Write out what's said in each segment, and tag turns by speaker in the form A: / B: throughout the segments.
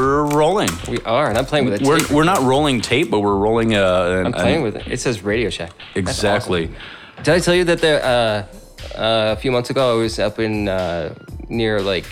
A: playing.
B: We are, and I'm playing with it.
A: We're, we're not rolling tape, but we're rolling a.
B: I'm playing with it. It says Radio Shack. That's
A: Exactly.
B: awesome. Did I tell you that there, uh, uh, a few months ago, I was up in uh, near like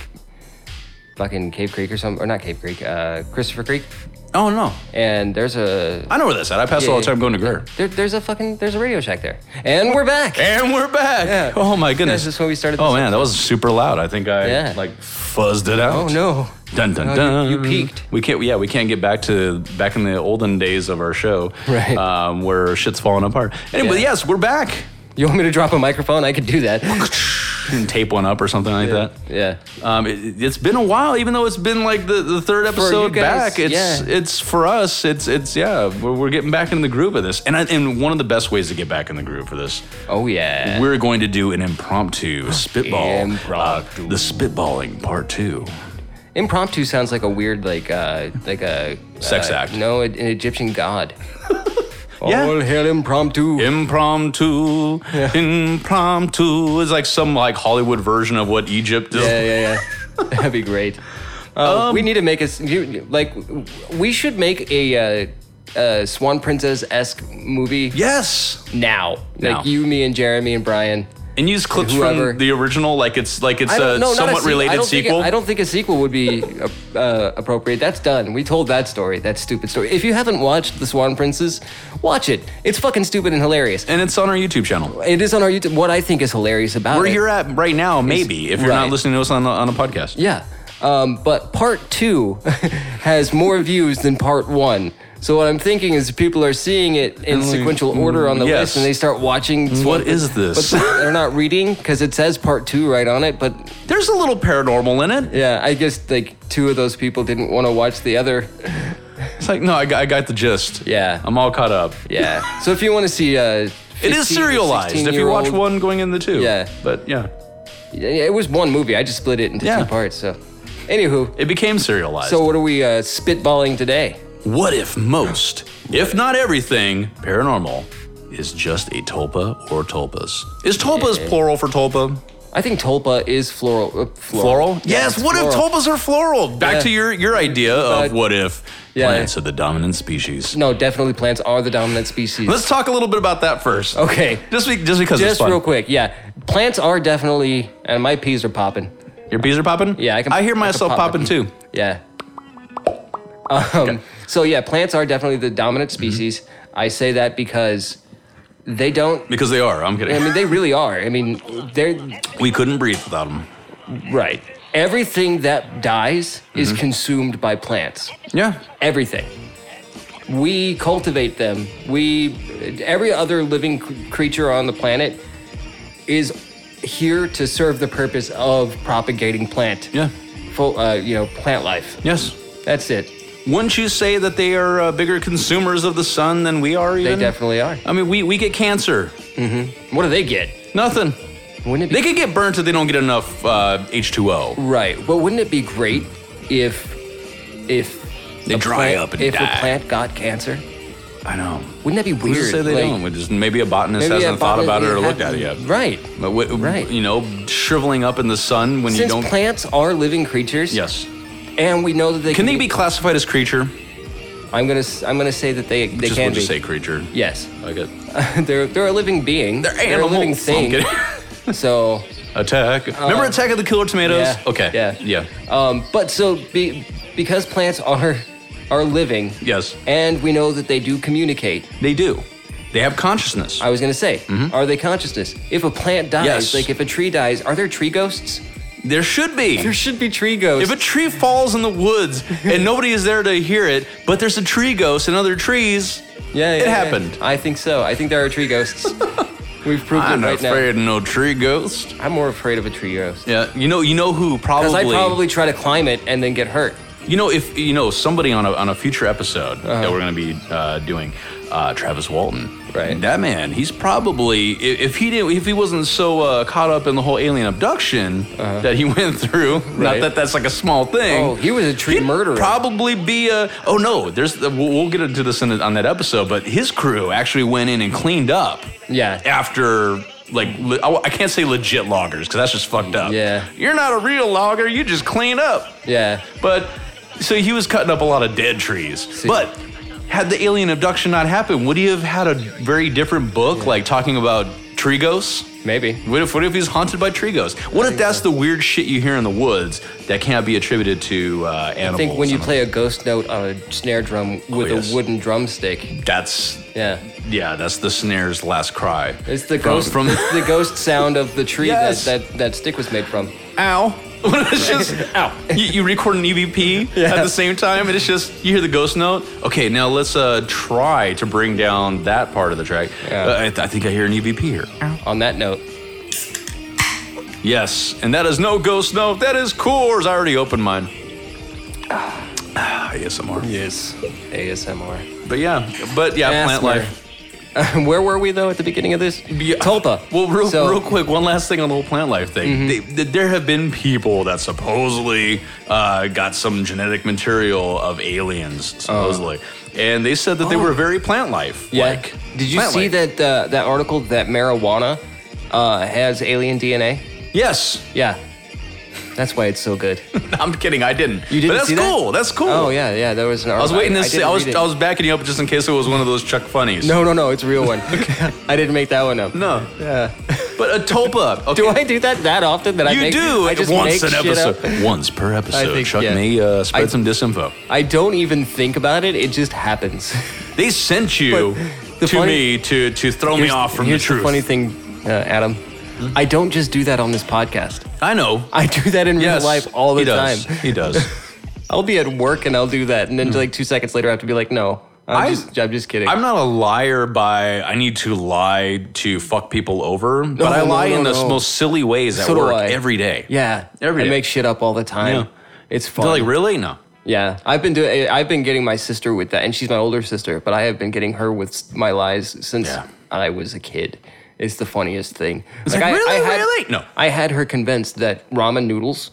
B: fucking Cave Creek or something, or not Cave Creek, uh, Christopher Creek,
A: Oh no,
B: and there's a
A: I know where that's at. I pass
B: Yeah,
A: all the
B: yeah.
A: time going to Greer.
B: there, there's a fucking there's a Radio Shack there, and we're back.
A: And we're back.
B: Yeah.
A: Oh my goodness.
B: This is when we started
A: Oh
B: this
A: man, that was super loud. I think I
B: Yeah.
A: like fuzzed it out.
B: Oh no.
A: Dun dun
B: No,
A: dun.
B: you- you peaked.
A: We can't. Yeah, we can't get back to back in the olden days of our show,
B: Right.
A: Um, where shit's falling apart. Anyway,
B: Yeah.
A: yes, we're back.
B: You want me to drop a microphone? I could do that.
A: And tape one up or something like that.
B: yeah.
A: Um, it, it's been a while, even though it's been like the, the third episode
B: you guys,
A: back. It's
B: yeah.
A: it's for us. It's it's yeah. We're, we're getting back in the groove of this, and I, and one of the best ways to get back in the groove for this
B: Oh yeah.
A: we're going to do an impromptu spitball, uh,
B: Impromptu.
A: the spitballing part two.
B: Impromptu sounds like a weird like uh like a
A: Sex
B: uh,
A: act.
B: No, an an Egyptian god.
A: Yeah.
B: All hail impromptu.
A: Impromptu, impromptu is like some like Hollywood version of what Egypt is.
B: Yeah, yeah, yeah. That'd be great.
A: Um,
B: Uh, we need to make a s- you- like we should make a uh, uh, Swan Princess esque movie
A: Yes,
B: now.
A: Now.
B: Like you, me, and Jeremy and Brian.
A: and use clips
B: Whoever.
A: from the original, like it's like it's
B: I
A: a
B: don't, no, not
A: somewhat
B: a sequel. I
A: related
B: don't
A: sequel.
B: Think, I don't think a sequel would be uh, appropriate. That's done. We told that story. That stupid story. If you haven't watched The Swan Princess, watch it. It's fucking stupid and hilarious.
A: and it's on our YouTube channel.
B: It is on our YouTube. What I think is hilarious about
A: Where
B: it.
A: you're at right now, maybe if you're not
B: right.
A: listening to us on a, on a podcast.
B: Yeah. Um, but part two has more views than part one. So what I'm thinking is people are seeing it in sequential order on the
A: mm, yes. Mm,
B: list, and they start watching.
A: What is this?
B: But they're not reading because it says part two right on it. But
A: There's a little paranormal in it.
B: yeah, I guess like two of those people didn't want to watch the other.
A: It's like no, I got, I got the gist.
B: Yeah.
A: I'm all caught up.
B: Yeah. so if you want to see, uh,
A: It is
B: 15 or
A: serialized. If you
B: 16-year-old
A: watch one going in the two.
B: Yeah.
A: But yeah.
B: yeah, it was one movie. I just split it into
A: Yeah.
B: two parts. So, anywho,
A: It became serialized.
B: so what are we uh, spitballing today?
A: what if most, if not everything, paranormal is just a tulpa or tulpas? Is tulpas
B: Eh.
A: plural for tulpa?
B: I think tulpa is floral. Uh,
A: Floral? Yes.
B: it's
A: What if
B: floral.
A: tulpas are floral? Back
B: Yeah.
A: to your your idea of
B: But-
A: what if
B: Yeah.
A: plants are the dominant species.
B: No, definitely plants are the dominant species.
A: Let's talk a little bit about that first.
B: okay.
A: Just be, just because it's
B: Just
A: fun.
B: real quick, yeah. Plants are definitely, and my peas are popping.
A: Your bees are popping.
B: Yeah, I can-
A: I
B: I
A: hear
B: can
A: myself
B: pop
A: popping
B: it.
A: too.
B: Yeah. Um, So yeah, plants are definitely the dominant species. I say that because they don't.
A: Because they are. I'm kidding.
B: I mean, they really are. I mean, they're
A: we couldn't breathe without them.
B: right. Everything that dies is consumed by plants.
A: Yeah.
B: everything. We cultivate them. We every other living cr- creature on the planet is here to serve the purpose of propagating plant.
A: Yeah.
B: Full, uh, you know, plant life.
A: Yes.
B: That's it.
A: Wouldn't you say that they are uh, bigger consumers of the sun than we are?
B: They
A: Even?
B: definitely are.
A: I mean, we, we get cancer.
B: What do they get?
A: Nothing.
B: Wouldn't it
A: They
B: be
A: could get burnt if they don't get enough uh, H2O.
B: right? But wouldn't it be great if if
A: They
B: a
A: dry
B: plant-
A: up and
B: if
A: die.
B: a plant got cancer?
A: I know.
B: Wouldn't that be
A: Who's to
B: weird?
A: say they
B: Like,
A: don't? We just, maybe a botanist
B: maybe
A: hasn't
B: a
A: thought about it
B: botanist-
A: or looked at it yet.
B: Right.
A: But w-
B: Right.
A: You know, shriveling up in the sun when you
B: Since
A: don't.
B: plants are living creatures,
A: yes.
B: and we know that they
A: Can they be classified as creature?
B: I'm gonna s- I'm gonna say that they they
A: just
B: can
A: we'll
B: be.
A: just say creature.
B: Yes,
A: Like it.
B: they're they're a living being.
A: They're
B: a living
A: animals. I'm
B: thing.
A: kidding.
B: so,
A: Attack. Remember Attack of the Killer Tomatoes?
B: yeah,
A: okay.
B: yeah.
A: Yeah.
B: um, but so be, because plants are are living.
A: Yes.
B: And we know that they do communicate.
A: They do. They have consciousness.
B: I was gonna say, are they consciousness? If a plant dies,
A: Mm-hmm. Yes.
B: like if a tree dies, are there tree ghosts?
A: there should be.
B: There should be tree ghosts.
A: If a tree falls in the woods and nobody is there to hear it, but there's a tree ghost and other trees,
B: yeah, yeah,
A: it
B: yeah.
A: happened.
B: I think so. I think there are tree ghosts. We've proved it right now.
A: of no tree ghost.
B: I'm more afraid of a tree ghost
A: Yeah, you know, you know who
B: because
A: probably,
B: I probably try to climb it and then get hurt.
A: you know, if you know somebody on a on a future episode
B: Uh-huh.
A: that we're going to be uh, doing, uh, Travis Walton.
B: Right.
A: That man, he's probably i- if he didn't if he wasn't so uh, caught up in the whole alien abduction that he went through. Not
B: Uh-huh. Right.
A: that that's like a small thing.
B: Oh, he was a tree
A: He'd
B: murderer.
A: Probably be a. Oh no, there's. We'll, we'll get into this in, on that episode, but his crew actually went in and cleaned up
B: Yeah.
A: after. Like le- I I can't say legit loggers because that's just fucked up.
B: Yeah.
A: you're not a real logger. You just clean up.
B: Yeah.
A: But so he was cutting up a lot of dead trees. But had the alien abduction not happened, would he have had a very different book, like talking about tree ghosts?
B: Maybe.
A: What if, what if he's haunted by tree ghosts? What if that's the weird shit you hear in the woods that can't be attributed to uh,
B: I
A: animals?
B: think when you
A: and-
B: play a ghost note on a snare drum with
A: Oh, yes.
B: a wooden drumstick.
A: that's
B: Yeah.
A: yeah, that's the snare's last cry.
B: It's the
A: From-
B: ghost
A: from-
B: it's the ghost sound of the tree
A: Yes.
B: that, that that stick was made from.
A: ow. it's just ow. You, you record an EVP at the same time, and it's just you hear the ghost note. Okay, now let's uh, try to bring down that part of the track.
B: Yeah.
A: Uh, I, I think I hear an EVP here.
B: On that note,
A: Yes, and that is no ghost note. That is Coors. I already opened mine. Ah, ASMR.
B: yes. ASMR.
A: But yeah, but yeah,
B: Ass
A: plant life.
B: murder. Where were we though at the beginning of this?
A: Yeah.
B: Tulpa.
A: Well, real,
B: So- Mm-hmm.
A: real quick, one last thing on the whole plant life thing. They, th- there have been people that supposedly uh, got some genetic material of
B: Oh.
A: aliens, supposedly, and they said that they were very plant life.
B: Yeah.
A: Like,
B: Did you
A: plant
B: see
A: life.
B: that uh, that article that marijuana uh, has alien DNA?
A: Yes,
B: Yeah. That's why it's so good.
A: I'm kidding. I didn't.
B: You didn't
A: But that's
B: see that?
A: cool. That's cool.
B: Oh yeah, yeah. There was an
A: I
B: article.
A: was waiting to see.
B: didn't
A: I was
B: read it.
A: I was backing you up just in case it was one of those Chuck Funnies.
B: No, no, no. It's a real one. I didn't make that one up.
A: No.
B: Yeah.
A: But a topa. Okay.
B: Do I do that that often that I
A: You
B: make,
A: do
B: I just
A: once
B: make
A: an
B: shit up?
A: episode. Once per episode.
B: think-
A: Chuck
B: yeah.
A: may uh, spread
B: I-
A: some disinfo.
B: I don't even think about it. It just happens.
A: They sent you
B: But the
A: to
B: funny-
A: me to to throw me
B: Here's-
A: off from the
B: here's
A: truth. Hmm?
B: funny thing, uh, Adam. I don't just do that on this podcast.
A: I know.
B: I do that in
A: yes,
B: real life all the
A: he does.
B: time.
A: He does.
B: I'll be at work and I'll do that, and then like two seconds later, I have to be like, "No, I'm
A: I-
B: just, I'm just kidding."
A: I'm not a liar by I need to lie to fuck people over, but I
B: no,
A: lie
B: no,
A: in the
B: no.
A: most silly ways at
B: So do
A: work
B: I.
A: every day.
B: yeah,
A: Every
B: I
A: day.
B: make shit up all the time.
A: Yeah.
B: It's fun.
A: They're like, really? No.
B: Yeah, I've been doing. eh, I've been getting my sister with that, and she's my older sister. But I have been getting her with s- my lies since
A: Yeah.
B: I was a kid. It's the funniest thing.
A: like,
B: I,
A: really,
B: I had,
A: really? No.
B: I had her convinced that ramen noodles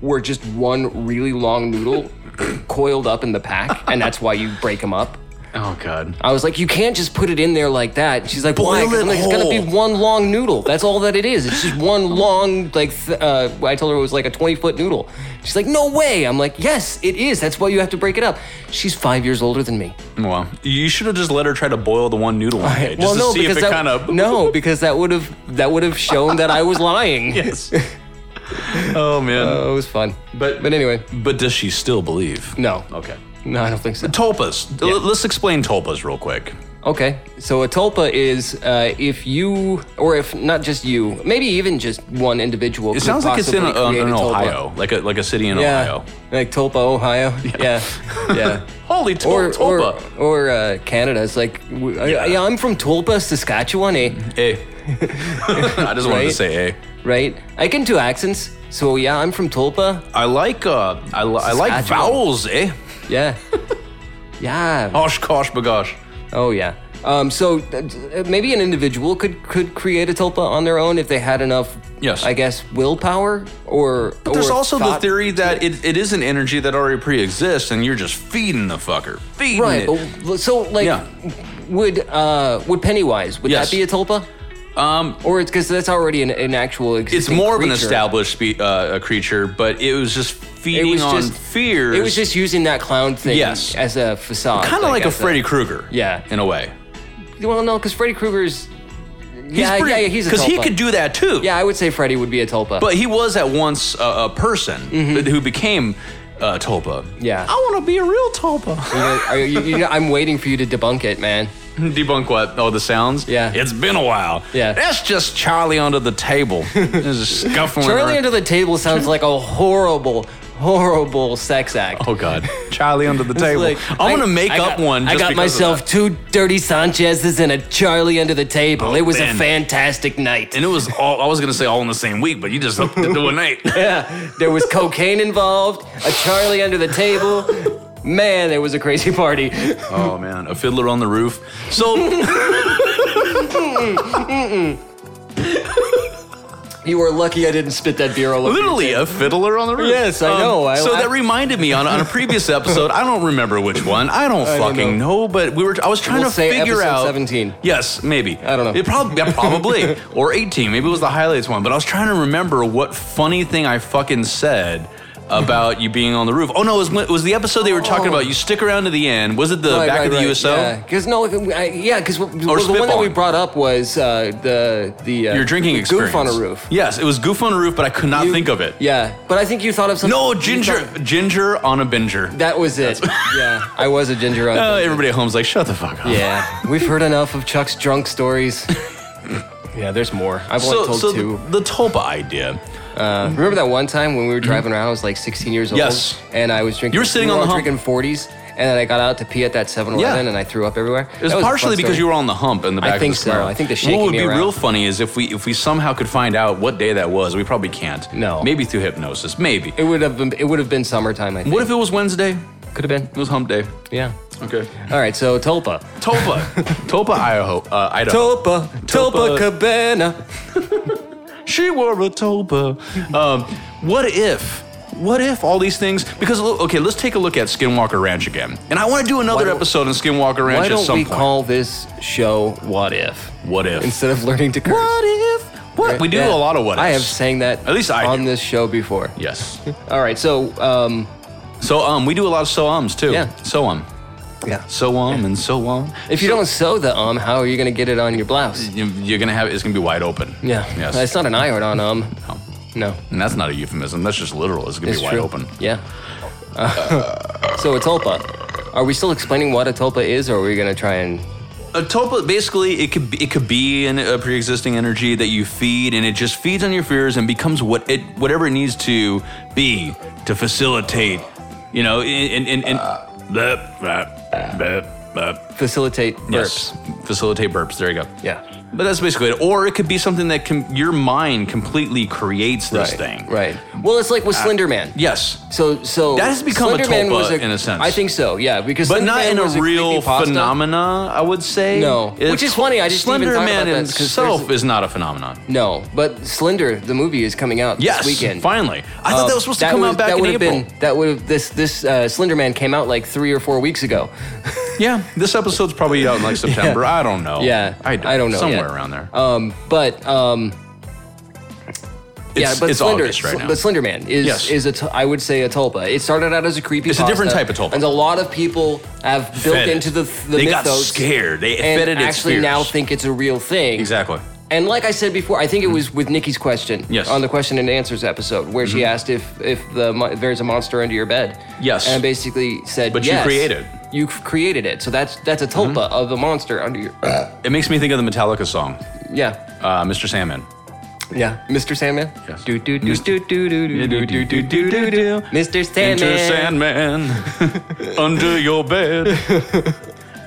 B: were just one really long noodle coiled up in the pack, and that's why you break them up.
A: Oh god.
B: I was like, you can't just put it in there like that. She's like, why?
A: Boil
B: 'Cause
A: it
B: I'm like, it's gonna be
A: whole."
B: one long noodle. That's all that it is. It's just one long like. Th- uh, I told her it was like a 20 foot noodle. She's like, no way. I'm like, yes, it is. That's why you have to break it up. She's five years older than me.
A: Well, you should have just let her try to boil the one noodle one day, just to see if it
B: that,
A: kind of
B: no, because that would have that would have shown that I was lying.
A: Yes. oh man.
B: Uh, it was fun.
A: But-
B: but anyway,
A: but does she still believe?
B: no,
A: Okay.
B: no, I don't think so.
A: Tulpas. L- Let's explain tulpas real quick.
B: Okay, so a tulpa is uh, if you, or if not just you, maybe even just one individual.
A: It sounds like it's in, uh, in Ohio, like a like a city in
B: Yeah,
A: Ohio.
B: like Tulpa, Ohio. Yeah, yeah.
A: Holy tol-
B: Or, or,
A: tulpa!
B: or uh, Canada. It's like, w- I-
A: Yeah.
B: yeah. I'm from Tulpa, Saskatchewan, eh?
A: Hey, I just wanted to
B: Right?
A: say hey.
B: Right? I can do accents, so yeah, I'm from Tulpa.
A: I like uh, I, li- I like
B: Saskatchewan.
A: vowels. Eh,
B: Yeah. yeah.
A: osh kosh bagosh.
B: Oh yeah. Um, so uh, d- maybe an individual could could create a tulpa on their own if they had enough.
A: Yes.
B: I guess willpower or. But
A: There's also the theory that it, it is an energy that already pre-exists, and you're just feeding the fucker, feeding
B: Right.
A: it.
B: but- So like,
A: Yeah.
B: would uh would Pennywise would
A: Yes.
B: that be a tulpa?
A: Um,
B: Or it's because that's already an, an actual.
A: it's
B: existing
A: more of an
B: creature.
A: established spe- uh, a creature, but it was just
B: It
A: feeding
B: was
A: on
B: just
A: fears.
B: It was just using that clown thing
A: Yes.
B: as a facade.
A: kind of like a
B: as
A: Freddy Krueger.
B: Yeah.
A: in a way.
B: Well, no, because Freddy Krueger's. yeah, yeah, yeah, he's a
A: because he
B: tulpa.
A: could do that too.
B: Yeah, I would say Freddy would be a tulpa.
A: But he was at once a, a person who became uh, Tulpa.
B: Mm-hmm. Yeah.
A: I want to be a real Tulpa.
B: Are you- you- you- I'm waiting for you to debunk it, man.
A: Debunk what? Oh, the sounds?
B: Yeah.
A: It's been a while.
B: Yeah.
A: That's just Charlie under the table. just scuffling
B: Charlie
A: around.
B: under the table sounds like a horrible, horrible sex act.
A: Oh, God. Charlie under the table.
B: Like,
A: I'm going to make
B: I
A: up
B: got-
A: one. Just
B: I got
A: because of
B: myself
A: that.
B: two dirty Sanchez's and a Charlie under the table.
A: Oh,
B: it was
A: man.
B: a fantastic night.
A: And it was all, I was going to say all in the same week, but you just hooked it to a night.
B: yeah, there was cocaine involved, a Charlie under the table. Man, it was a crazy party.
A: Oh, man. A fiddler on the roof. So,
B: You were lucky I didn't spit that beer all over. you.
A: literally a fiddler on the roof. Um,
B: Yes, I know. I-
A: so
B: I-
A: that reminded me on, on a previous episode. I don't remember which one. I don't
B: don't
A: fucking know. but we were. I was trying
B: We'll
A: to
B: say
A: figure
B: episode
A: out
B: 17.
A: Yes, maybe. I
B: don't know.
A: It probably yeah, probably or eighteen. Maybe it was the highlights one. But I was trying to remember what funny thing I fucking said. about you being on the roof. Oh no, it was, it was the episode they were talking
B: Oh.
A: about. You stick around to the end. Was it the back of the USO?
B: Because no, I, yeah, because the one that
A: spitballing.
B: we brought up was uh, the the uh,
A: Your drinking
B: the
A: experience.
B: goof on a roof.
A: Yes, it was goof on a roof, but I could not
B: You-
A: think of it.
B: Yeah, but I think you thought of something.
A: No,
B: you
A: ginger,
B: thought-
A: ginger on a binger.
B: that was it. yeah, I was a ginger. on
A: Uh,
B: Thursday.
A: everybody at home's like, shut the fuck up.
B: Yeah, we've heard enough of Chuck's drunk stories. yeah, there's more. I've only
A: So,
B: told
A: so
B: two. Uh,
A: the, the Tulpa idea.
B: Remember that one time when we were driving around? I was like 16 years old.
A: Mhm. Yes.
B: And I was drinking.
A: You were sitting
B: we
A: on the
B: all
A: hump.
B: drinking 40s, and then I got out to pee at that 7-Eleven,
A: Yeah.
B: and I threw up everywhere.
A: It was, partially because you were on the hump in the
B: I
A: back
B: think
A: of
B: so.
A: the square.
B: I think the
A: What
B: shaking
A: would
B: me
A: be
B: around-
A: real funny is if we if we somehow could find out what day that was. We probably can't.
B: No.
A: Maybe through hypnosis. Maybe.
B: It would have been. It would have been summertime. I think.
A: What if it was Wednesday?
B: Could have been.
A: It was hump day.
B: Yeah.
A: Okay.
B: All right. So Tulpa.
A: Tulpa. Tulpa, Idaho. Uh, Idaho.
B: Tulpa.
A: Tulpa.
B: Tulpa Cabana.
A: She wore a toba. Um, what if? What if all these things? Because lo- okay, let's take a look at Skinwalker Ranch again, and I want to do another
B: don't-
A: episode on Skinwalker Ranch
B: Why
A: at
B: don't
A: some
B: we
A: point.
B: call this show "What If"
A: what if?
B: instead of learning to curse?
A: what if? What we do
B: Yeah.
A: a lot of what ifs.
B: I have sang that
A: At least I
B: on
A: do.
B: this show before.
A: Yes.
B: All right, so um,
A: So um, we do a lot of so ums too.
B: Yeah.
A: So um,
B: yeah.
A: so um, and so um.
B: If you don't sew the um, how are you going to get it on your blouse?
A: You- You're gonna have it's gonna be wide open.
B: Yeah,
A: Yes.
B: it's not an iron on um.
A: Um,
B: No,
A: and that's not a euphemism. That's just literal. It's gonna
B: it's
A: be wide
B: true.
A: open.
B: Yeah. Uh, so a tulpa. Are we still explaining what a tulpa is, or are we going to try and?
A: A tulpa, basically, it could be, it could be an, a pre-existing energy that you feed, and it just feeds on your fears and becomes what it whatever it needs to be to facilitate. You know, and and and. bleh, bleh, bleh, bleh.
B: Facilitate burps.
A: Yes. Facilitate burps. There you go.
B: Yeah.
A: But that's basically it. Or it could be something that can, your mind completely creates this
B: right.
A: thing.
B: Right. Well, it's like with Slender Man.
A: Yes.
B: So, so
A: That has become a
B: Slenderman
A: tulpa
B: was
A: in a sense.
B: I think so. Yeah, because
A: But
B: Slender
A: not
B: Man
A: in a
B: was
A: real
B: creepypasta.
A: phenomena, I would say.
B: No. Which is funny, I just didn't
A: Slender
B: even talk
A: Man
B: about that 'cause
A: himself
B: there's-
A: is not a phenomenon.
B: No, but Slender, the movie, is coming out
A: Yes.
B: this weekend. Um,
A: Finally, I thought that was supposed to
B: That
A: come
B: was-
A: out back
B: that
A: in
B: would have
A: April.
B: Been, that would have this this uh, Slender Man came out like three or four weeks ago.
A: Yeah, this episode's probably out in like September. I don't know.
B: Yeah,
A: I,
B: I don't know
A: Somewhere
B: yet.
A: around there.
B: Um, but um,
A: it's,
B: yeah, but
A: it's
B: Slender,
A: August right
B: Sl-
A: now.
B: but Slender Man is
A: Yes.
B: is a t- I would say a tulpa. It started out as a creepy.
A: It's a different type of tulpa.
B: and a lot of people have built
A: Fed it.
B: into the the
A: they
B: mythos
A: got scared. They
B: and
A: fed it its
B: actually
A: fears.
B: now think it's a real thing.
A: exactly.
B: And like I said before, I think it was with Nikki's question
A: Hmm. Yes. Hmm.
B: on the question and answers episode where she asked if if the mo- there's a monster under your bed.
A: Yes.
B: And I basically said,
A: But you
B: yes,
A: created. Hmm.
B: You c- created it. So that's that's a tulpa of a monster under your. uh,
A: It makes me think of the Metallica song,
B: yeah.
A: uh, "Mr. Sandman."
B: Yeah. Mr. Sandman.
A: Yes.
B: Do do do do do do do do do do do do. Mr.
A: Enter Sandman
B: Sandman.
A: under your bed,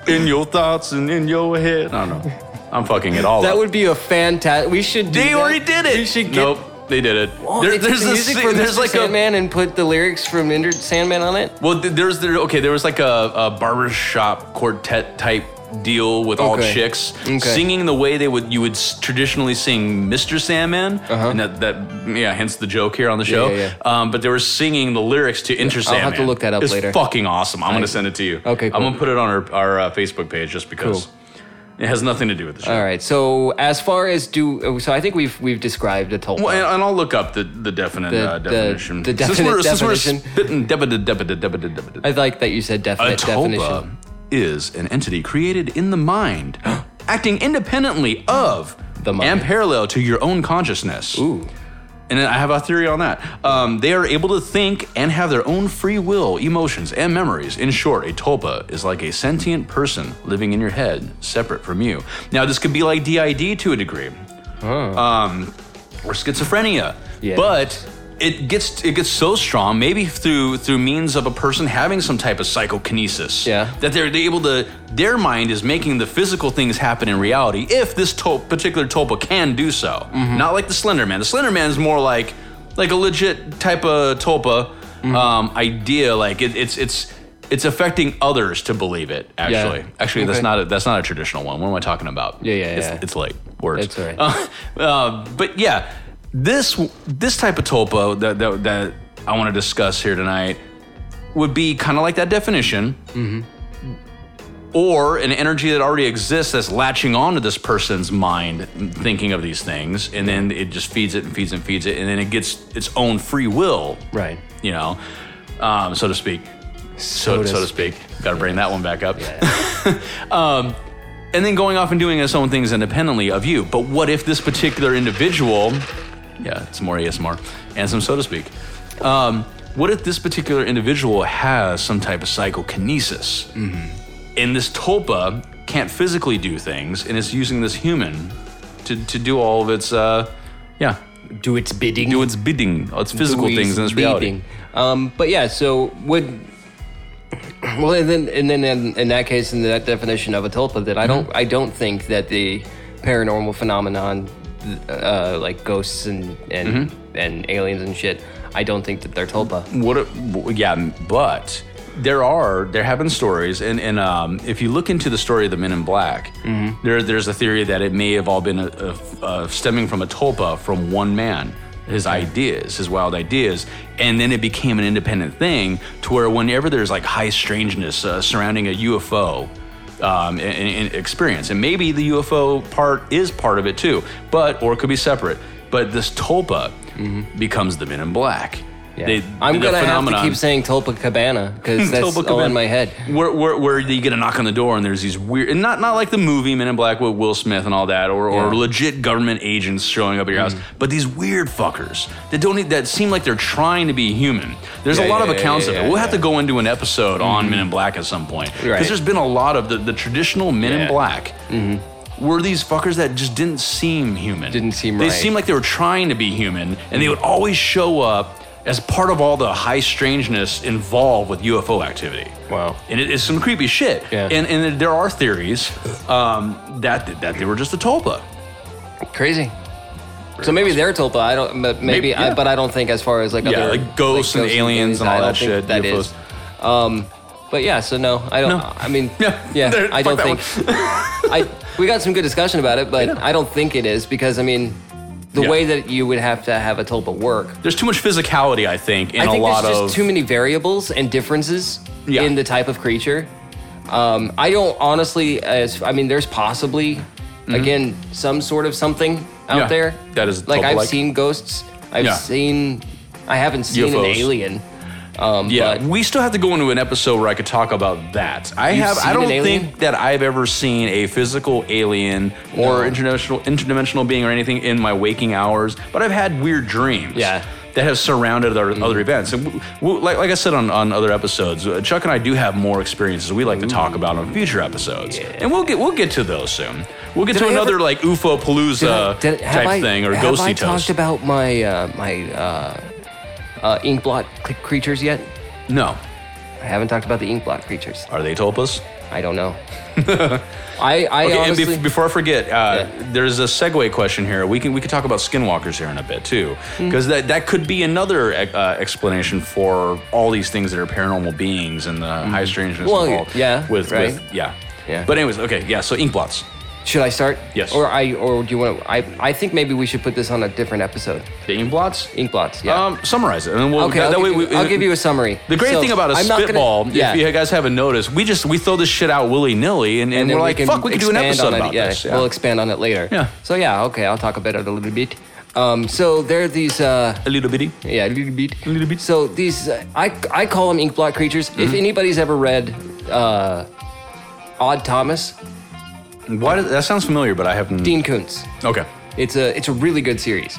A: in your thoughts and in your head. I don't know. I'm fucking it all
B: That
A: up.
B: would be a fantastic. We should. Do
A: they
B: that.
A: already did it.
B: We should get.
A: nope, they did it.
B: Oh,
A: There-
B: they took
A: there's
B: the
A: this
B: music
A: thing-
B: from
A: there's
B: Mr.
A: like a
B: Sandman and put the lyrics from Ender Sandman on it.
A: Well, th- there's there. Okay, there was like a, a barbershop quartet type deal with all
B: Okay.
A: chicks
B: Okay.
A: singing the way they would you would s- traditionally sing Mr. Sandman, and that, that yeah, hence the joke here on the show.
B: Uh-huh. yeah,
A: Um, but they were singing the lyrics to Enter
B: I'll have
A: Sandman.
B: to look that up
A: it's
B: later.
A: Fucking awesome. I'm gonna send it to you.
B: Okay,
A: I'm
B: cool.
A: gonna put it on our our uh, Facebook page just because
B: Cool.
A: it has nothing to do with the show.
B: All right. So as far as do, so I think we've we've described a tulpa.
A: Well, and, and I'll look up the the definite
B: The-
A: uh,
B: the-
A: definition.
B: the
A: Since
B: definite
A: we're- since we're
B: definition.
A: spitting debita- debita- debita- debita-
B: I like that you said
A: A
B: definite
A: tulpa
B: definition.
A: is an entity created in the mind, acting independently of
B: The mind.
A: and parallel to your own consciousness.
B: Ooh.
A: And I have a theory on that. Um, they are able to think and have their own free will, emotions, and memories. In short, a tulpa is like a sentient person living in your head, separate from you. Now, this could be like DID to a degree, um, or schizophrenia,
B: Yeah.
A: but. It gets it gets so strong, maybe through through means of a person having some type of psychokinesis.
B: Yeah.
A: That they're, they're able to their mind is making the physical things happen in reality if this to- particular tulpa can do so.
B: Mm-hmm.
A: Not like the Slender Man. The Slender Man is more like like a legit type of tulpa
B: Mm-hmm.
A: um, idea. Like it, it's it's it's affecting others to believe it. Actually, actually that's
B: Okay.
A: not a, that's not a traditional one. What am I talking about?
B: Yeah, yeah,
A: It's,
B: yeah.
A: it's late words.
B: It's all right.
A: Uh, uh, but yeah, this this type of tulpa that that, that I want to discuss here tonight would be kind of like that definition or an energy that already exists that's latching onto this person's mind thinking of these things and then it just feeds it and feeds and feeds it and then it gets its own free will
B: Right.
A: you know um, so to speak so, so,
B: to
A: to, speak, gotta bring that one back up um, and then going off and doing its own things independently of you but what if this particular individual yeah it's more asmr and some so to speak um, what if this particular individual has some type of psychokinesis and this tulpa can't physically do things and it's using this human to, to do all of its uh yeah
B: Do its bidding.
A: do its bidding its physical
B: Louise
A: things in this reality
B: Beating. Um, but yeah, so would well, and then and then in, in that case, in that definition of a tulpa, then I
A: Mm-hmm.
B: don't I don't think that the paranormal phenomenon, uh, like ghosts and and
A: Mm-hmm.
B: and aliens and shit, I don't think that they're tulpa.
A: what it, w- yeah but there are there have been stories and and um, if you look into the story of the men in black there there's a theory that it may have all been a, a, a stemming from a tulpa from one man his ideas his wild ideas and then it became an independent thing to where whenever there's like high strangeness uh, surrounding a ufo um, and, and experience and maybe the ufo part is part of it too but or it could be separate but this tulpa becomes the men in black
B: Yeah.
A: They-
B: I'm
A: the
B: gonna have
A: phenomenon-
B: to keep saying Tulpa Cabana because that's
A: Tulpa
B: all
A: Cabana.
B: in my head.
A: Where, where, where you get a knock on the door and there's these weird, and not, not like the movie Men in Black with Will Smith and all that, or,
B: Yeah. Mm-hmm.
A: or legit government agents showing up at your house, but these weird fuckers that don't need, that seem like they're trying to be human. There's
B: Yeah,
A: a lot
B: yeah,
A: of
B: yeah,
A: accounts
B: yeah,
A: of it.
B: yeah,
A: we'll have
B: yeah. Mm-hmm.
A: to go into an episode on Men in Black at some point because
B: Right.
A: there's been a lot of the, the traditional Men
B: Yeah.
A: in Black. Were these fuckers that just didn't seem human?
B: Didn't seem
A: They
B: right.
A: seemed like they were trying to be human, and they would always show up as part of all the high strangeness involved with UFO activity.
B: Wow.
A: And it is some creepy shit.
B: Yeah.
A: And, and there are theories um, that that they were just a tulpa.
B: Crazy. So maybe they're Tulpa. I don't. But maybe.
A: Maybe,
B: I,
A: yeah.
B: but I don't think as far as like
A: Yeah,
B: other
A: like ghosts and aliens and
B: I
A: all
B: don't
A: that
B: think
A: shit.
B: That
A: UFOs.
B: is. Um, but yeah. So no, I don't.
A: No.
B: I mean,
A: Yeah,
B: yeah.
A: there-
B: I
A: fuck
B: don't
A: that
B: think. I we got some good discussion about it, but
A: Yeah.
B: I don't think it is because I mean, the
A: Yeah.
B: way that you would have to have a Tulpa work.
A: There's too much physicality, I think, in
B: I think
A: a lot
B: there's just
A: of.
B: too many variables and differences
A: Yeah.
B: in the type of creature. Um, I don't honestly. As I mean, there's possibly again some sort of something out
A: Mm-hmm. Yeah,
B: there
A: that is
B: like I've
A: Tulpa-like.
B: seen ghosts. I've
A: Yeah.
B: seen. I haven't seen an
A: UFOs.
B: alien. Um,
A: yeah,
B: but
A: we still have to go into an episode where I could talk about that. I
B: You've
A: have.
B: seen
A: I
B: an
A: don't
B: alien?
A: think that I've ever seen a physical alien or
B: No.
A: international interdimensional being or anything in my waking hours, but I've had weird dreams.
B: Yeah. Mm-hmm.
A: That have surrounded other, other events, and w- w- like, like I said on, on other episodes, uh, Chuck and I do have more experiences we like to talk about on future episodes, and we'll get we'll get to those soon. We'll get
B: Did
A: to
B: I ever-
A: another like UFO palooza
B: Did I- did- have
A: type
B: I-
A: thing or
B: have I
A: ghosty
B: talked
A: toast.
B: about my uh, my uh, uh, ink blot c- creatures yet?
A: no,
B: I haven't talked about the ink blot creatures.
A: are they tulpas?
B: I don't know. I I
A: Okay,
B: honestly.
A: and bef- before I forget, uh,
B: Yeah.
A: there's a segue question here. We can we can talk about skinwalkers here in a bit too,
B: Hmm.
A: because that that could be another uh, explanation for all these things that are paranormal beings and the high strangeness
B: Hmm. Well,
A: involved.
B: yeah,
A: with,
B: right.
A: with yeah,
B: Yeah.
A: But anyways, okay, yeah. So ink blots.
B: Should I start?
A: Yes.
B: Or I or do you want to? I I think maybe we should put this on a different episode.
A: The ink blots.
B: Ink blots. Yeah.
A: Um, summarize it, and then we'll,
B: okay.
A: that,
B: I'll,
A: that way
B: give
A: we,
B: you, I'll give you a summary.
A: The great
B: So,
A: thing about a
B: I'm not gonna-
A: spitball,
B: yeah.
A: if you guys haven't noticed, we just we throw this shit out willy nilly, and, and,
B: then
A: we're like,
B: can
A: fuck, we could do an
B: expand
A: episode
B: on it.
A: about
B: yeah,
A: this. Yeah.
B: We'll expand on it later.
A: Yeah.
B: So yeah. Okay. I'll talk about it a little bit. Um. So there are these. Uh,
A: a little bitty.
B: yeah, a little bit.
A: Little bit. Mm-hmm.
B: So these, uh, I, I call them ink blot creatures. If anybody's ever read uh, Odd Thomas,
A: Why does, that sounds familiar, but I haven't.
B: Dean Koontz,
A: Okay,
B: it's a it's a really good series.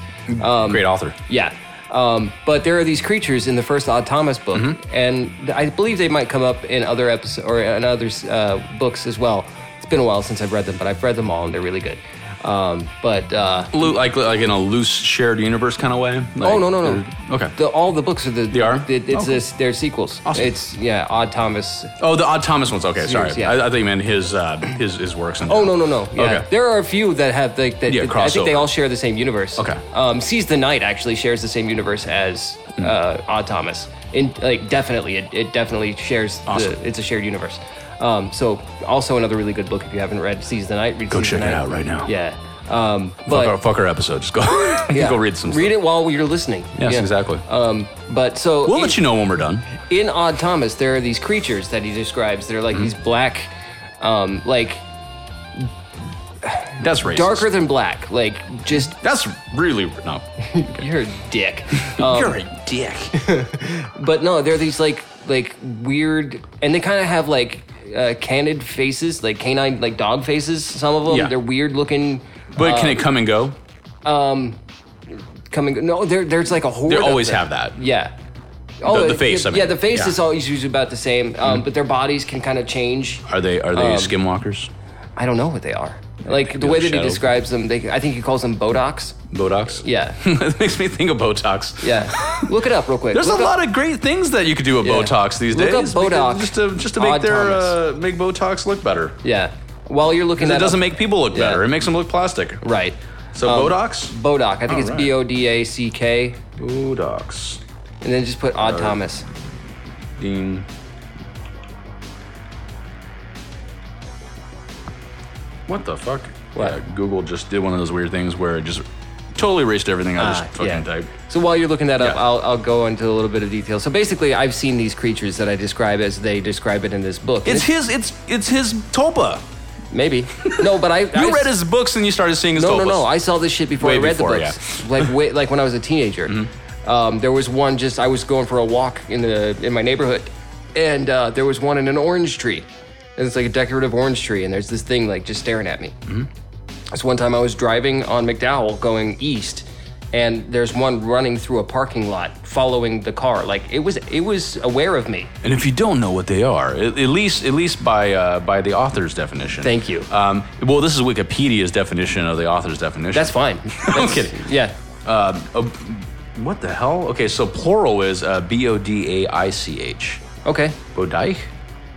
A: great author.
B: Yeah. Um, but there are these creatures in the first Odd Thomas book,
A: Mm-hmm.
B: and th- I believe they might come up in other episodes or in other uh, books as well. It's been a while since I've read them, but I've read them all, and they're really good. Um, but uh,
A: Loo- like like in a loose shared universe kind of way. Like- uh,
B: oh no, no, no!
A: Okay.
B: The, all the books are the they
A: are?
B: it's
A: Oh, cool.
B: this, they're sequels.
A: Awesome.
B: It's yeah, Odd Thomas.
A: oh, the Odd Thomas ones. Okay, sorry.
B: Series, yeah.
A: I, I thought you meant his uh, his his works. And
B: Oh no, no, no! Yeah,
A: Okay.
B: there are a few that have like that.
A: Yeah,
B: that- I think they
A: crossover.
B: all share the same universe.
A: Okay.
B: Um, Seize the Night actually shares the same universe as
A: Hmm.
B: uh, Odd Thomas. In like definitely, it, it definitely shares.
A: Awesome.
B: The, it's a shared universe. Um, so also another really good book if you haven't read Seize the Night. Read
A: Go
B: Seize the
A: check it
B: Night.
A: out right now.
B: Yeah. Um,
A: Fuck,
B: but
A: our, fuck our episode. Just go
B: yeah.
A: go read some. stuff.
B: Read it while you're listening.
A: Yes,
B: Yeah.
A: exactly.
B: Um, but so
A: we'll let you Mm-hmm. know when we're done.
B: in Odd Thomas, there are these creatures that he describes. They're like these black Um, like
A: That's racist.
B: darker than black. Like just
A: That's really no.
B: you're a dick. Um,
A: You're a dick.
B: but no, they're these like like weird, and they kind of have like uh, candid faces, like canine like dog faces. Some of them
A: Yeah.
B: they're weird looking.
A: But can it come and go?
B: Coming no, there there's like a horde.
A: They
B: of
A: always
B: them.
A: have that.
B: Yeah. Oh,
A: the
B: yeah,
A: face, I
B: Yeah,
A: mean.
B: the face
A: Yeah. Mm-hmm.
B: is always usually about the same, um, but their bodies can kind of change.
A: Are they are
B: Um,
A: they skinwalkers?
B: I don't know what they are. Like the
A: like
B: way that he
A: shadow-
B: describes them, they, I think he calls them bodox.
A: Botox?
B: Yeah.
A: that makes me think of Botox.
B: Yeah. Look it up real quick.
A: There's
B: Look
A: a
B: up-
A: lot of great things that you could do with
B: Yeah.
A: Botox these
B: Look
A: days.
B: up
A: because-
B: Botox,
A: Just to just to make
B: Odd
A: their uh,
B: Thomas.
A: make Botox look better.
B: Yeah. While you're looking
A: It
B: that
A: doesn't
B: up,
A: make people look
B: Yeah.
A: better. It makes them look plastic.
B: right.
A: So
B: Um,
A: Botox?
B: Bodoc. I think it's
A: Alright.
B: B O D A C K,
A: Botox.
B: and then just put Odd Thomas.
A: Dean. What the fuck?
B: What?
A: Yeah, Google just did one of those weird things where it just totally erased everything I just
B: Ah,
A: fucking
B: yeah.
A: typed.
B: So while you're looking that up,
A: Yeah.
B: I'll, I'll go into a little bit of detail. So basically, I've seen these creatures that I describe as they describe it in this book.
A: It's his. It's it's his tulpa.
B: maybe no, but I
A: You
B: I-
A: read his books and you started seeing his
B: No,
A: tulpas.
B: no, no. I saw this shit before
A: Way
B: I read
A: before, Mm-hmm.
B: the books. Like, way, like when I was a teenager. Um, there was one just I was going for a walk in the in my neighborhood, and uh, there was one in an orange tree, and it's like a decorative orange tree, and there's this thing like just staring at me.
A: Mm-hmm.
B: So one time I was driving on McDowell going east, and there's one running through a parking lot following the car. Like it was it was aware of me.
A: And if you don't know what they are, at, at least at least by uh, by the author's definition.
B: Thank you.
A: Um, well, this is Wikipedia's definition of the author's definition.
B: That's fine.
A: I'm kidding.
B: yeah.
A: Um, uh, what the hell? Okay, so plural is uh, B O D A I C H.
B: Okay.
A: Bodike?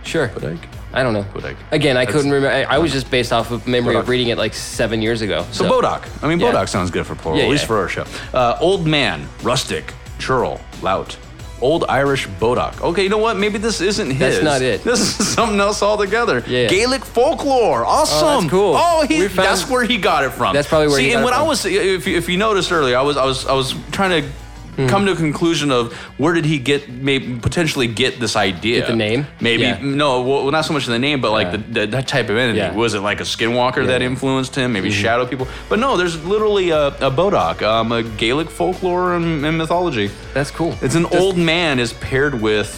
B: Sure.
A: Bodike?
B: I don't know.
A: Bodak.
B: Again, I
A: That's-
B: couldn't remember. I, I was just based off of memory
A: Bodak.
B: of reading it like seven years ago.
A: So, Bodoc. I mean,
B: Yeah.
A: Bodoc sounds good for plural,
B: Yeah,
A: at least
B: yeah.
A: for our show. Uh, old man, rustic, churl, lout. Old Irish Bodoc. Okay, you know what? Maybe this isn't his.
B: That's not it.
A: This is something else altogether.
B: Yeah.
A: Gaelic folklore. Awesome.
B: cool.
A: Oh, he,
B: We found-
A: that's where he got it from.
B: That's probably where
A: See,
B: he got
A: and
B: it
A: when I
B: from.
A: was, if, you- if you noticed earlier, I was, I was, I was trying to.
B: Hmm.
A: Come to a conclusion of where did he get maybe potentially get this idea?
B: Get the name?
A: Maybe
B: Yeah.
A: no, well, not so much the name, but like
B: Yeah.
A: the, the, that type of entity.
B: Yeah.
A: Was it like a skinwalker that influenced him? Maybe
B: Mm-hmm.
A: shadow people? But no, there's literally a, a Bodoc, um, a Gaelic folklore and, and mythology.
B: That's cool.
A: It's an
B: Just-
A: old man is paired with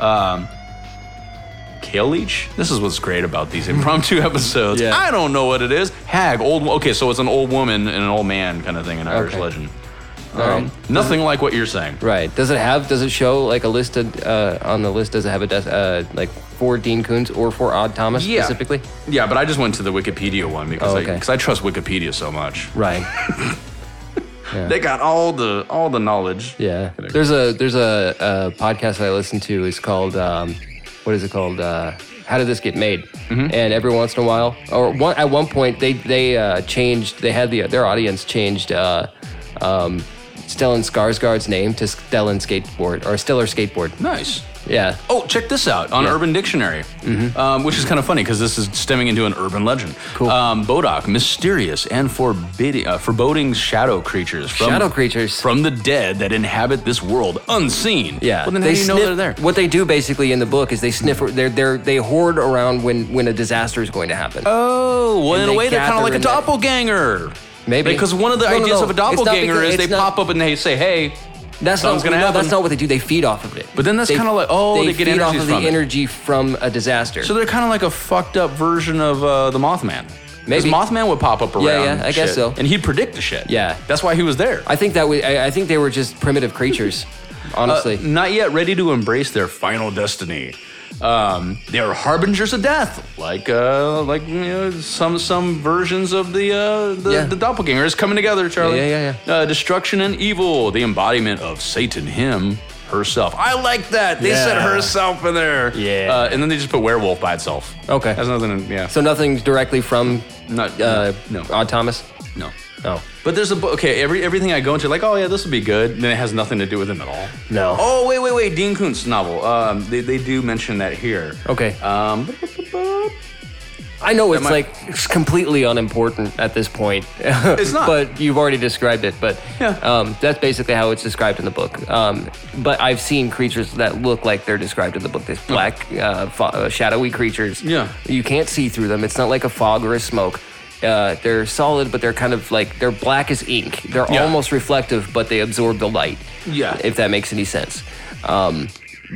A: um, Kale Leech. This is what's great about these impromptu episodes.
B: Yeah.
A: I don't know what it is. Hag, old. Okay, so it's an old woman and an old man kind of thing in Irish
B: Okay.
A: legend. Um,
B: All right.
A: Nothing like what you're saying.
B: Right. Does it have? Does it show like a list of, uh, on the list? Does it have a des- uh, like for Dean Koontz or for Odd Thomas
A: Yeah.
B: specifically?
A: Yeah, but I just went to the Wikipedia one because
B: Oh,
A: I-
B: okay.
A: 'cause I, trust Wikipedia so much.
B: Right.
A: They got all the all the knowledge.
B: Yeah.
A: Kidding.
B: There's a there's a, a podcast that I listen to. It's called um, what is it called? Uh, How did this get made?
A: Mm-hmm.
B: And every once in a while, or one, at one point, they they uh, changed. They had the their audience changed. Uh, um, Stellan Skarsgård's name to Stellan Skateboard or Stellar Skateboard.
A: Nice.
B: Yeah.
A: Oh, check this out on
B: Yeah. Mm-hmm.
A: Urban Dictionary, um, which is kind of funny because this is stemming into an urban legend.
B: Cool.
A: Um, Bodoc, mysterious and forbidding, uh, foreboding shadow creatures from
B: Shadow creatures.
A: from the dead that inhabit this world unseen.
B: Yeah.
A: Well, then how do you know
B: sniff-
A: they're there?
B: What they do basically in the book is they sniff. They're, they're, they hoard around when when a disaster is going to happen.
A: Oh, well,
B: And
A: in a
B: they
A: way, they're kind of
B: gather
A: like a
B: in there.
A: doppelganger.
B: Maybe.
A: because one of the
B: No, no,
A: ideas
B: no.
A: of a
B: It's not
A: doppelganger
B: because-
A: is they
B: it's not-
A: pop up and they say, "Hey."
B: That's
A: Something's
B: not
A: gonna
B: no,
A: happen.
B: That's not what they do. They feed off of it.
A: But then that's
B: They-
A: kinda like, oh, they get
B: feed off
A: energies
B: of the
A: from it.
B: energy from a disaster.
A: So they're kind of like a fucked up version of uh, the Mothman. 'Cause
B: Maybe.
A: Mothman would pop up around.
B: yeah, I
A: shit,
B: guess so.
A: And he'd predict the shit.
B: Yeah.
A: that's why he was there.
B: I think that we, I, I think they were just primitive creatures. honestly,
A: Uh, not yet ready to embrace their final destiny. Um, they are harbingers of death, like uh, like you know, some some versions of the uh, the,
B: Yeah.
A: the doppelgangers coming together, Charlie.
B: Yeah, yeah, yeah,
A: Uh, destruction and evil, the embodiment of Satan, him herself. I like that. They said
B: Yeah.
A: herself in there.
B: Yeah.
A: Uh, and then they just put werewolf by itself.
B: Okay.
A: That's nothing. Yeah.
B: so nothing directly from
A: Not-
B: uh,
A: no.
B: Odd Thomas.
A: no.
B: No.
A: But there's a book. Okay, every everything I go into, like, oh yeah, this will be good. Then it has nothing to do with him at all.
B: No.
A: Oh wait, wait, wait. Dean Koontz novel. Um, they, they do mention that here.
B: Okay.
A: Um,
B: I know
A: Am
B: it's
A: I-
B: like it's completely unimportant at this point.
A: It's not.
B: but you've already described it. But
A: Yeah.
B: um, that's basically how it's described in the book. Um, but I've seen creatures that look like they're described in the book. These black, uh, fo- uh, shadowy creatures.
A: Yeah.
B: You can't see through them. It's not like a fog or a smoke. Uh, they're solid, but they're kind of like they're black as ink. They're
A: Yeah.
B: almost reflective, but they absorb the light.
A: Yeah.
B: If that makes any sense. Um,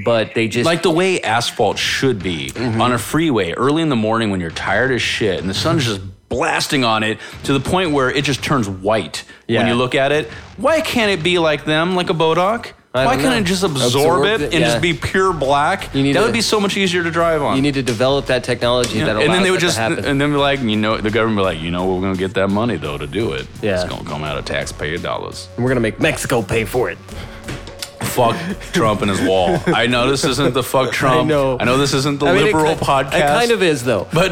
B: but they just
A: like the way asphalt should be
B: Mm-hmm.
A: on a freeway early in the morning when you're tired as shit and the sun's just blasting on it to the point where it just turns white when
B: Yeah.
A: you look at it. Why can't it be like them, like a bodoc?
B: I
A: Why
B: don't
A: can't
B: know.
A: it just absorb,
B: Absorb
A: it,
B: it,
A: and
B: yeah.
A: just be pure black?
B: You need
A: that
B: to-
A: would be so much easier to drive on.
B: you need to develop that technology that allows
A: and then they
B: that
A: would
B: to
A: just
B: happen.
A: and then be like, you know, the government be like, you know, we're gonna get that money though to do it.
B: Yeah.
A: it's gonna come out of taxpayer dollars.
B: We're gonna make Mexico pay for it.
A: fuck Trump and his wall. I know this isn't the fuck Trump.
B: know.
A: this isn't the
B: I mean, it
A: liberal
B: ki-
A: podcast.
B: It kind of is though.
A: But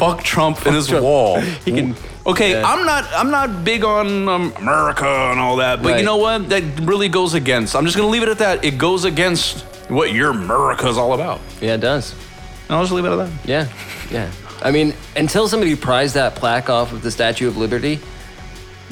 A: fuck Trump and his wall. He
B: can-
A: Okay,
B: yeah.
A: I'm not. I'm not big on um, America and all that. But
B: Right.
A: you know what? That really goes against. I'm just gonna leave it at that. It goes against what your America's all about.
B: yeah, it does.
A: And I'll just leave it at that.
B: Yeah, yeah. I mean, until somebody pries that plaque off of the Statue of Liberty,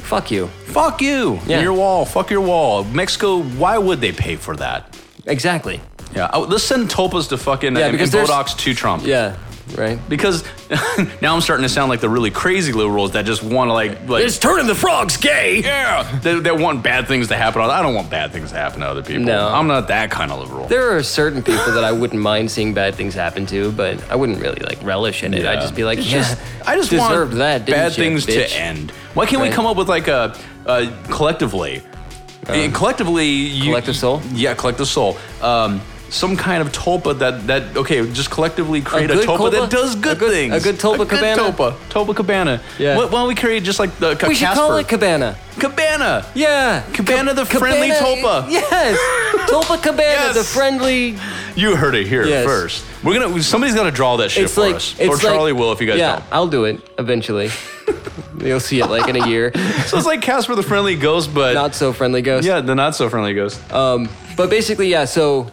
B: fuck you.
A: Fuck you. and
B: Yeah.
A: Your wall. Fuck your wall. Mexico. Why would they pay for that?
B: Exactly.
A: Yeah. I- let's send topas to fucking
B: Yeah,
A: and,
B: because
A: and
B: there's-
A: bodox to Trump.
B: Yeah. Right.
A: because now I'm starting to sound like the really crazy liberals that just want to like like
B: turning the frogs gay.
A: yeah that, that want bad things to happen. I don't want bad things to happen to other people.
B: No.
A: I'm not that kind of liberal.
B: There are certain people that I wouldn't mind seeing bad things happen to, but I wouldn't really like relish in it. I'd
A: Yeah.
B: just be like, yeah,
A: just- I just
B: deserved
A: want
B: that. Didn't
A: bad
B: you,
A: things
B: bitch?
A: to end. Why can't
B: Right. Uh,
A: we come up with like a, a collectively, eh, collectively, you,
B: Collective soul?
A: Yeah, collective soul. Um, some kind of tulpa that that okay, just collectively create a,
B: good
A: tulpa
B: culpa?
A: that does
B: A
A: good,
B: good-
A: things.
B: a good tulpa cabana?
A: Tulpa, tulpa cabana.
B: Yeah.
A: Why, why don't we create just like the a
B: We should call
A: Casper?
B: it Cabana.
A: cabana?
B: Yeah.
A: Cabana the friendly
B: Cabana-
A: Tulpa.
B: Yes. Tulpa Cabana,
A: Yes.
B: the friendly
A: You heard it here
B: Yes.
A: first. We're gonna somebody's gonna draw that shit
B: it's
A: for
B: like
A: us,
B: it's
A: or Charlie
B: like,
A: will if you guys
B: yeah,
A: don't.
B: I'll do it eventually. You'll see it like in a year.
A: So it's like Casper the Friendly Ghost, but
B: Not so friendly ghost.
A: yeah, the not so friendly ghost. Uh,
B: Um, but basically, yeah. So,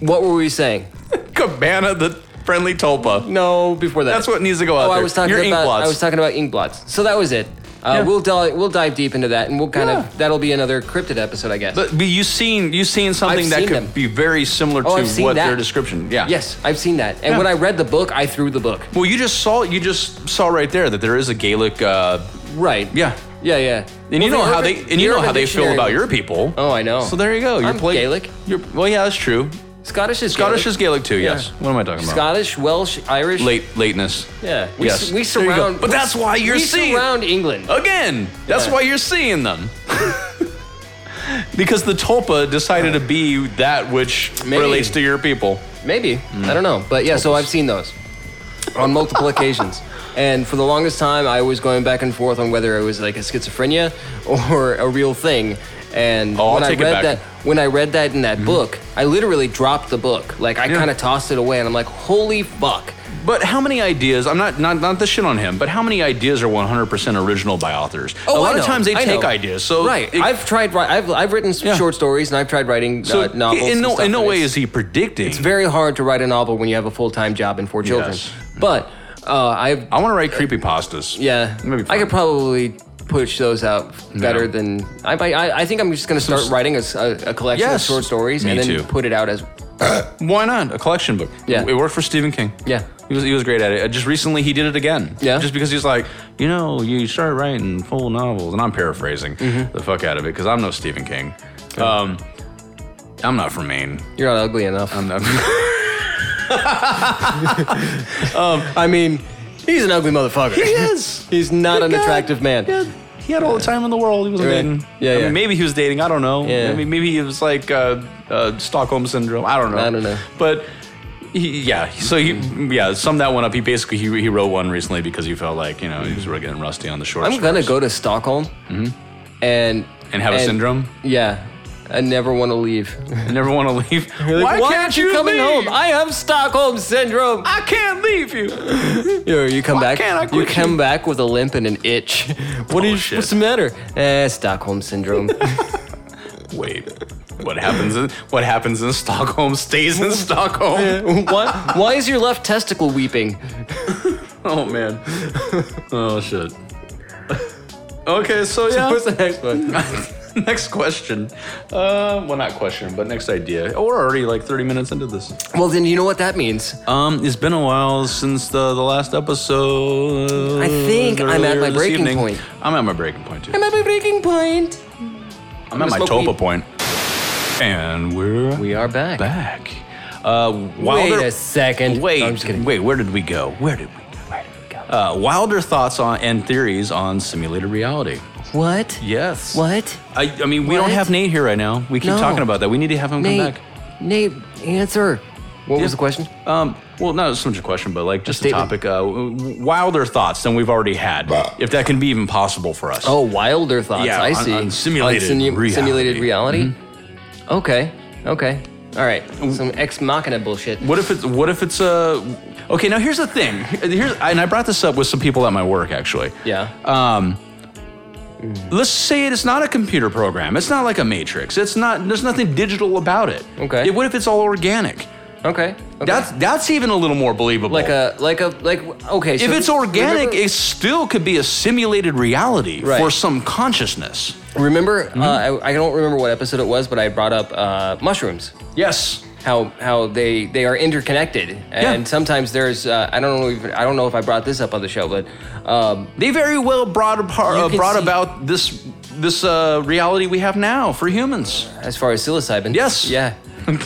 B: what were we saying?
A: Cabana the friendly Tulpa.
B: No, before that.
A: That's what needs to go out
B: Oh, I
A: there.
B: was talking
A: Your ink
B: about.
A: blots.
B: I was talking about ink blots. So that was it. Uh,
A: Yeah.
B: We'll dive. We'll dive deep into that, and we'll kind
A: Yeah.
B: of. That'll be another cryptid episode, I guess.
A: But, but you seen you seen something
B: I've
A: that
B: seen
A: could
B: them.
A: be very similar
B: Oh,
A: to
B: I've seen
A: what
B: that.
A: their description. Yeah.
B: yes, I've seen that. And
A: Yeah.
B: when I read the book, I threw the book.
A: Well, you just saw you just saw right there that there is a Gaelic. Uh,
B: Right.
A: yeah.
B: Yeah. Yeah.
A: And you know
B: Well, the
A: how
B: Urban-
A: they and you
B: the
A: know
B: Urban
A: how they feel
B: Dictionary-
A: about your people.
B: Oh, I know.
A: So there you go. You're
B: I'm
A: play-
B: Gaelic.
A: You're, well, yeah, that's true.
B: Scottish is
A: Scottish
B: Gaelic.
A: is Gaelic too.
B: Yeah.
A: Yes. What am I talking about?
B: Scottish, Welsh, Irish.
A: Late lateness.
B: Yeah. We,
A: Yes.
B: su- we
A: There you go.
B: surround.
A: But that's why you're
B: we
A: seeing.
B: surround England.
A: Again, that's
B: Yeah.
A: why you're seeing them. because the Tulpa decided to be that which
B: Maybe.
A: relates to your people.
B: Maybe
A: Hmm.
B: I don't know, but yeah. So I've seen those on multiple occasions, and for the longest time, I was going back and forth on whether it was like a schizophrenia or a real thing. And
A: Oh, I'll
B: when I
A: take it
B: read
A: back. Mm-hmm.
B: that, when I read that in that book, I literally dropped the book. Like I
A: Yeah.
B: kind of tossed it away, and I'm like, holy fuck.
A: But how many ideas? I'm not not not the shit on him, but how many ideas are 100% original by authors? a lot
B: Oh, I
A: of
B: know,
A: times they
B: I
A: take
B: know.
A: ideas. So
B: right,
A: it-
B: I've tried. ri- I've I've written some
A: Yeah.
B: short stories, and I've tried writing
A: so
B: uh, novels.
A: in
B: and
A: no
B: stuff,
A: in no
B: and
A: way
B: it's-
A: is he predicting.
B: It's very hard to write a novel when you have a full time job and four children.
A: Yes.
B: But uh, I've
A: I want to write creepy pastas.
B: yeah,
A: Maybe
B: I could probably push those out better
A: Yeah.
B: than I. I, I think I'm just gonna start writing a, s- a- a collection
A: Yes.
B: of short stories
A: Me
B: and then
A: too.
B: put it out as
A: Why not a collection book?
B: Yeah.
A: it worked for Stephen King.
B: Yeah.
A: he was he was great at it. Uh, Just recently, he did it again.
B: Yeah.
A: just because he's like, you know, you start writing full novels, and I'm paraphrasing
B: Mm-hmm.
A: the fuck out of it because I'm no Stephen King. Um, I'm not from Maine.
B: you're not ugly enough.
A: I'm not-
B: I mean, he's an ugly motherfucker.
A: is.
B: he's not an
A: God.
B: attractive man.
A: Yeah, he had all the time in the world. He wasn't
B: Right.
A: dating.
B: Yeah,
A: I
B: yeah.
A: Mean, maybe he was dating. I don't know.
B: Yeah.
A: I mean, maybe he was like uh, uh, Stockholm syndrome. I don't know.
B: I don't know.
A: But he, yeah, so he yeah summed that one up. He basically he, he wrote one recently because he felt like you know he was really getting rusty on the short.
B: Mm-hmm. I'm gonna go to Stockholm
A: Mm-hmm.
B: and
A: and have a syndrome.
B: Yeah, I never want to leave.
A: I never want to leave.
B: Like, aren't coming home? I have Stockholm syndrome.
A: I can't leave you.
B: Yo, you come back.
A: can't I
B: you
A: quit
B: come
A: you?
B: back with a limp and an itch. What
A: Oh,
B: is?
A: shit.
B: What's the matter? Eh, Stockholm syndrome.
A: Wait. What happens in what happens in Stockholm stays in Stockholm.
B: why? Why is your left testicle weeping?
A: Oh man. oh shit. okay, so yeah.
B: What's the next one?
A: next question. Uh, well, not question, but next idea. Oh, we're already like 30 minutes into this.
B: Well, then you know what that means.
A: Um, it's been a while since the, the last episode.
B: I think I'm at
A: earlier
B: my
A: this
B: breaking point.
A: I'm at my breaking point too.
B: I'm at my breaking point.
A: I'm at my
B: smoke
A: topa
B: weed.
A: point. And we're
B: We are back.
A: back. Uh,
B: Wait
A: Wilder-
B: a second.
A: Wait,
B: No, I'm just kidding.
A: wait. Where did we go? Where did we go? Where did we go? Uh, Wilder thoughts on and theories on simulated reality.
B: What?
A: Yes.
B: What?
A: I, I mean, we don't
B: What?
A: have Nate here right now. We keep
B: No.
A: talking about that. We need to have him come
B: Nate,
A: back.
B: Nate, answer. What
A: Yeah.
B: was the question?
A: Um, well, not so much a question, but like just a,
B: statement.
A: topic. Uh, wilder thoughts than we've already had, if that can be even possible for us.
B: Oh, wilder thoughts.
A: Yeah,
B: I
A: on-
B: see.
A: on simulated reality. Mm-hmm.
B: Simulated reality. Okay. Okay. All right. Some ex machina bullshit.
A: What if it's what if it's a okay? Now here's the thing. Here's and I brought this up with some people at my work actually.
B: Yeah.
A: Um, let's say it's not a computer program. It's not like a matrix. It's not. There's nothing digital about it.
B: Okay.
A: Yeah, what if it's all organic?
B: okay. okay.
A: That's that's even a little more believable.
B: like a like a like. Okay.
A: if it's organic, it still could be a simulated reality
B: Right.
A: for some consciousness.
B: remember
A: Mm-hmm.
B: uh, I, I don't remember what episode it was, but I brought up uh, mushrooms.
A: Yes.
B: how how they they are interconnected and
A: Yeah. sometimes
B: sometimes there's uh, I don't know I don't know if I brought this up on the show but um,
A: They very well brought apart,
B: You
A: uh,
B: can
A: brought
B: see-
A: about this this uh, reality we have now for humans.
B: as far as psilocybin
A: Yes.
B: yeah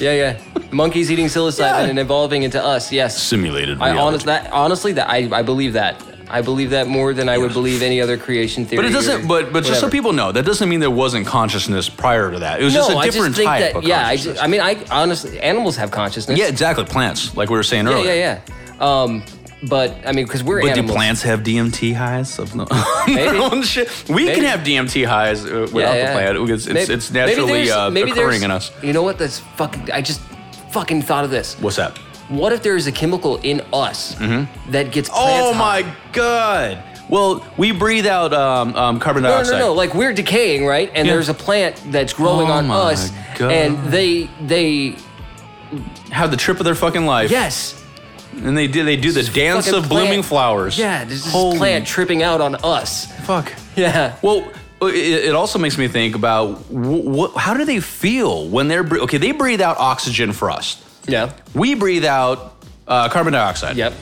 B: yeah yeah monkeys eating psilocybin
A: Yeah.
B: and evolving into us yes
A: Simulated
B: I honest that honestly that I, I believe that I believe that more than I would believe any other creation theory
A: But it doesn't.
B: or
A: But but just so
B: whatever.
A: people know, that doesn't mean there wasn't consciousness prior to that. It was
B: no,
A: just a
B: I
A: different
B: just think
A: type
B: that
A: of
B: yeah I,
A: consciousness.
B: just, I mean I honestly animals have consciousness
A: yeah, exactly. Plants, like we were saying
B: yeah
A: earlier.
B: yeah yeah um but I mean because we're
A: But do
B: animals
A: plants have DMT highs? Of no,
B: Maybe.
A: own shit. We
B: Maybe.
A: can have DMT highs uh, without
B: Yeah,
A: the
B: yeah.
A: plant. It's, it's,
B: Maybe-
A: it's naturally
B: there's-
A: uh,
B: there's-
A: occurring in us.
B: You know what? That's fucking. I just fucking thought of this.
A: What's that?
B: What if there is a chemical in us that gets plants
A: Oh
B: high?
A: my god! Well, we breathe out um, um, carbon
B: No, no,
A: dioxide.
B: no, no! Like we're decaying, right? And
A: Yeah.
B: there's a plant that's growing
A: Oh
B: on
A: my
B: us,
A: God.
B: and they, they,
A: Have the trip of their fucking life.
B: yes,
A: And they do they do the dance
B: fucking
A: of blooming
B: plant-
A: flowers.
B: yeah, there's this
A: Holy
B: plant tripping out on us.
A: Fuck.
B: Yeah,
A: Well, it, it also makes me think about what, how do they feel when they're bre- okay? They breathe out oxygen for us.
B: yeah.
A: We breathe out uh, carbon dioxide.
B: Yep.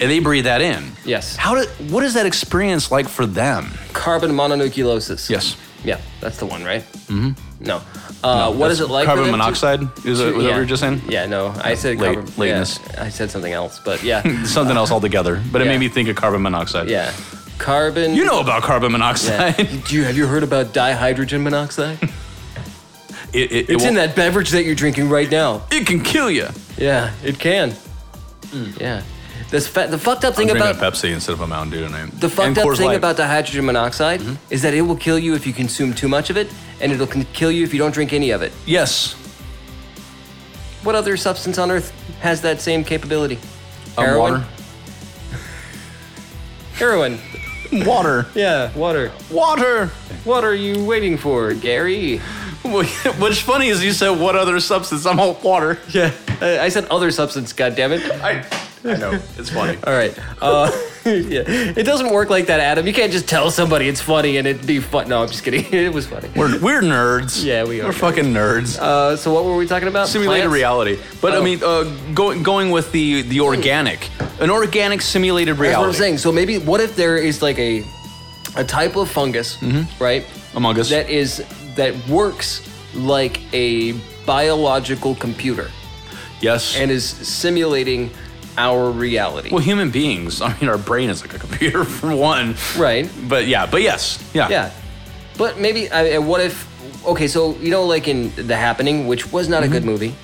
A: And they breathe that in.
B: Yes.
A: How do what is that experience like for them?
B: Carbon mononucleosis.
A: Yes.
B: Yeah, that's the one, right? Mm-hmm. No. Uh, what is it like? for
A: Carbon
B: them to-
A: monoxide is that, was that what
B: Yeah.
A: you were just saying?
B: Yeah, no, I said
A: late-
B: carbon,
A: lateness.
B: yeah, I said something else, but yeah,
A: Something else altogether, but it
B: yeah.
A: made me think of carbon monoxide.
B: yeah, carbon.
A: You know about carbon
B: Yeah.
A: monoxide.
B: Do you have you heard about dihydrogen monoxide?
A: It, it, it
B: It's in
A: will-
B: that beverage that you're drinking right now.
A: It can kill you.
B: Yeah, it can. Yeah, this fa- the fucked up thing
A: Mm. Drinking
B: about
A: a Pepsi instead of a Mountain Dew tonight.
B: the
A: And
B: fucked up
A: Coors
B: thing
A: Light.
B: about dihydrogen monoxide is that it will kill you if you consume too much of it, and it'll con- kill you if you don't drink any of it.
A: yes,
B: What other substance on earth has that same capability?
A: um, water,
B: Heroin.
A: water,
B: Yeah, water.
A: water.
B: What are you waiting for, Gary?
A: What's funny is you said what other substance? I'm all water.
B: Yeah, I, I said other substance. God damn it!
A: I, I know it's funny.
B: All right. Uh, yeah. It doesn't work like that, Adam. You can't just tell somebody it's funny and it'd be fun. No, I'm just kidding. It was funny.
A: We're, we're nerds.
B: Yeah, we are
A: We're fucking nerds.
B: Uh, so what were we talking about?
A: simulated
B: Plants?
A: reality. But
B: Oh.
A: I mean, uh, going going with the the organic, an organic simulated
B: That's what
A: reality
B: I'm saying. So maybe what if there is like a a type of fungus,
A: Mm-hmm.
B: right?
A: among us.
B: That is that works like a biological computer
A: yes.
B: and is simulating our reality.
A: well, human beings. I mean, our brain is like a computer for one.
B: right.
A: But yeah. But yes. Yeah.
B: Yeah. But maybe, I, I- what if, okay, so, you know, like in The Happening, which was not a
A: Mm-hmm.
B: good movie.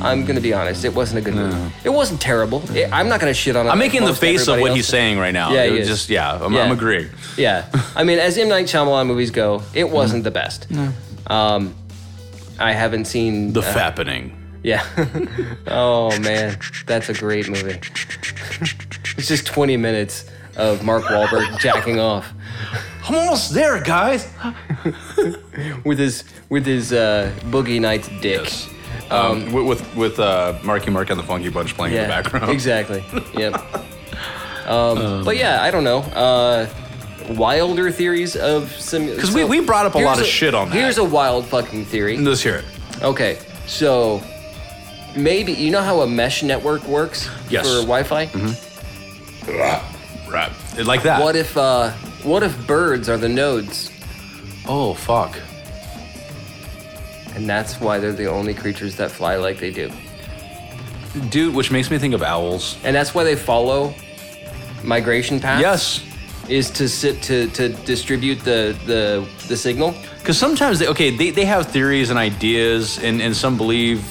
B: I'm going to be honest. It wasn't a good movie. It wasn't terrible. It- I'm not going to shit on it.
A: I'm making the face of what he's saying right now.
B: Yeah,
A: It
B: he
A: was
B: is.
A: just yeah. I'm,
B: Yeah.
A: I'm agreeing.
B: Yeah. I mean, as M. Night Shyamalan movies go, it wasn't the best. No. Um, I haven't seen.
A: The
B: uh,
A: fappening.
B: Yeah. oh, man. That's a great movie. It's just 20 minutes of Mark Wahlberg jacking off.
A: I'm almost there, guys.
B: with his with his uh, boogie nights dick.
A: Yes. Um, with with, with uh, Marky Mark and the Funky Bunch playing in the background.
B: Exactly. Yep. Um, but yeah, I don't know. Uh, wilder theories of sim. Because
A: we- we brought up a lot of shit on that.
B: Here's a wild fucking theory.
A: Let's hear it.
B: Okay, so maybe you know how a mesh network works
A: Yes. Mm-hmm.
B: for Wi-Fi.
A: Right. Like that.
B: What if uh, what if birds are the nodes,
A: Oh, fuck.
B: and that's why they're the only creatures that fly like they do,
A: Dude, which makes me think of owls.
B: and that's why they follow migration paths.
A: Yes.
B: is to sit to to distribute the the the signal.
A: Because sometimes, they, okay, they, they have theories and ideas, and, and some believe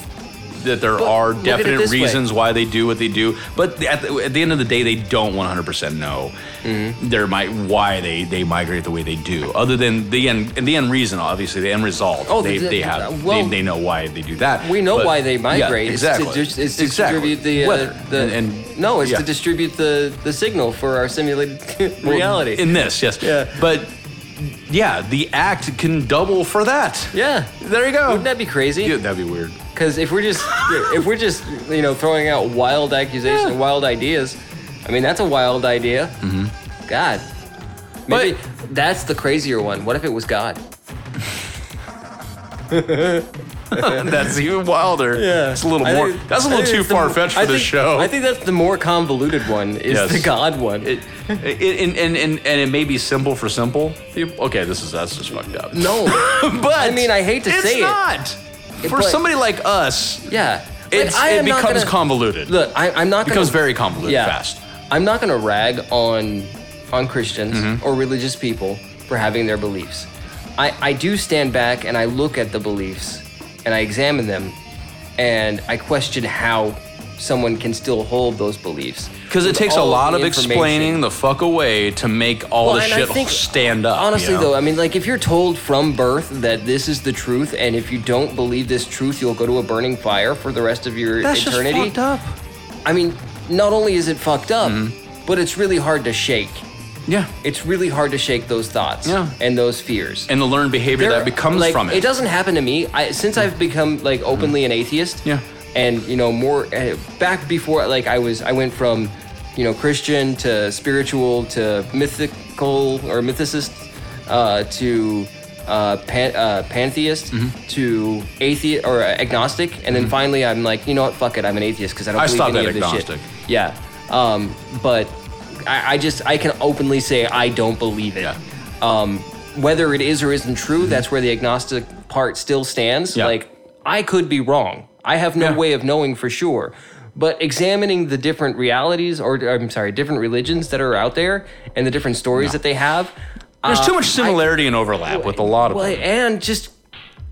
A: that there
B: But
A: are
B: look at it
A: definite
B: this way.
A: reasons why they do what they do. But at the, at the end of the day, they don't 100% know
B: Mm-hmm.
A: their mi- why they, they migrate the way they do. Other than the end, and the end reason, obviously, the end result.
B: Oh,
A: they,
B: the-
A: they have
B: well,
A: they, they know why they do that.
B: We know
A: But-
B: why they
A: yeah,
B: migrate. It's to
A: exactly.
B: dis- It's to,
A: exactly.
B: distribute the, uh,
A: Weather.
B: the
A: and, and-
B: no, it's
A: yeah.
B: to distribute the the signal for our simulated reality.
A: In this, yes.
B: Yeah.
A: But yeah, the act can double for that.
B: yeah,
A: There you go.
B: wouldn't that be
A: Yeah,
B: crazy?
A: that'd be weird.
B: Because if we're just if we're just you know throwing out wild accusations,
A: Yeah.
B: wild ideas, I mean that's a wild idea.
A: Mm-hmm.
B: God, maybe that's the crazier one. What if it was God?
A: That's even wilder.
B: Yeah,
A: It's a little
B: I
A: more.
B: think-
A: that's a
B: I
A: little
B: think
A: too
B: it's the-
A: far fetched for
B: I
A: this
B: think-
A: show.
B: I think that's the more convoluted one. Is
A: Yes.
B: the God one?
A: it, it, and, and, and, and it may be simple for simple. people. Okay, this is that's just fucked up.
B: no,
A: but
B: I mean, I hate to
A: it's
B: say it.
A: not. For
B: but-
A: somebody like us,
B: yeah. Like,
A: it's,
B: I
A: it
B: am not
A: becomes
B: gonna-
A: convoluted.
B: Look, I, I'm not
A: it becomes
B: gonna,
A: very convoluted
B: yeah,
A: fast.
B: I'm not going to rag on on Christians
A: Mm-hmm.
B: or religious people for having their beliefs. I, I do stand back and I look at the beliefs and I examine them and I question how someone can still hold those beliefs.
A: Because it
B: With
A: takes a
B: all
A: lot
B: the
A: of
B: information.
A: explaining the fuck away to make all
B: Well,
A: the
B: and I
A: shit
B: think-
A: stand up.
B: Honestly,
A: you know?
B: though, I mean, like, if you're told from birth that this is the truth, and if you don't believe this truth, you'll go to a burning fire for the rest of your
A: that's just
B: eternity.
A: fucked up.
B: I mean, not only is it fucked up,
A: Mm-hmm.
B: but it's really hard to shake.
A: Yeah,
B: It's really hard to shake those thoughts
A: Yeah.
B: and those fears.
A: and the learned behavior
B: There-
A: that becomes
B: like,
A: from it. Mm. Mm-hmm.
B: It doesn't happen to me. I, since I've become like openly an atheist.
A: Yeah.
B: And you know more uh, back before like I was I went from you know Christian to spiritual to mythical or mythicist uh, to uh, pan, uh, pantheist
A: Mm-hmm.
B: to atheist or agnostic and then finally I'm like you know what fuck it I'm an atheist because I don't
A: I
B: believe
A: stopped
B: any
A: at
B: of this
A: agnostic.
B: shit. Yeah. Um, but I, I just I can openly say I don't believe it
A: Yeah. Mm-hmm.
B: um, whether it is or isn't true, that's where the agnostic part still stands.
A: Yeah.
B: Like, I could be wrong. I have no
A: Yeah.
B: way of knowing for sure. But examining the different realities, or I'm sorry, different religions that are out there and the different stories that they have.
A: There's
B: uh,
A: too much similarity and overlap with a lot of
B: well,
A: them.
B: and just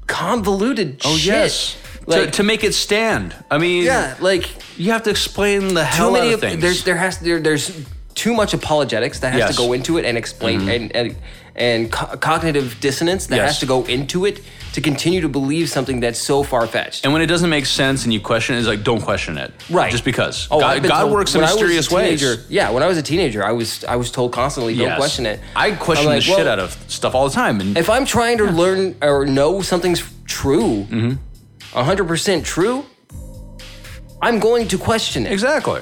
B: convoluted
A: Oh
B: shit.
A: yes,
B: Like,
A: to, to make it stand. I mean,
B: yeah, like
A: you have to explain the
B: too
A: hell
B: many
A: out
B: of
A: of things.
B: there's there has there, there's too much apologetics that has
A: Yes. Mm-hmm.
B: to go into it and explain and and, and co- cognitive dissonance that
A: Yes.
B: has to go into it to continue to believe something that's so far fetched.
A: and when it doesn't make sense and you question it, it's like don't question it.
B: Right,
A: Just because.
B: Oh, I've
A: God,
B: been
A: God
B: told-
A: works in
B: when I was a
A: mysterious ways.
B: teenager- Yeah, when I was a teenager, I was I was told constantly, don't
A: Yes.
B: question it.
A: I question
B: I'm like,
A: the shit
B: well,
A: out of stuff all the time. And
B: If I'm trying to learn or know something's true,
A: Mm-hmm.
B: 100 percent true, I'm going to question it.
A: exactly,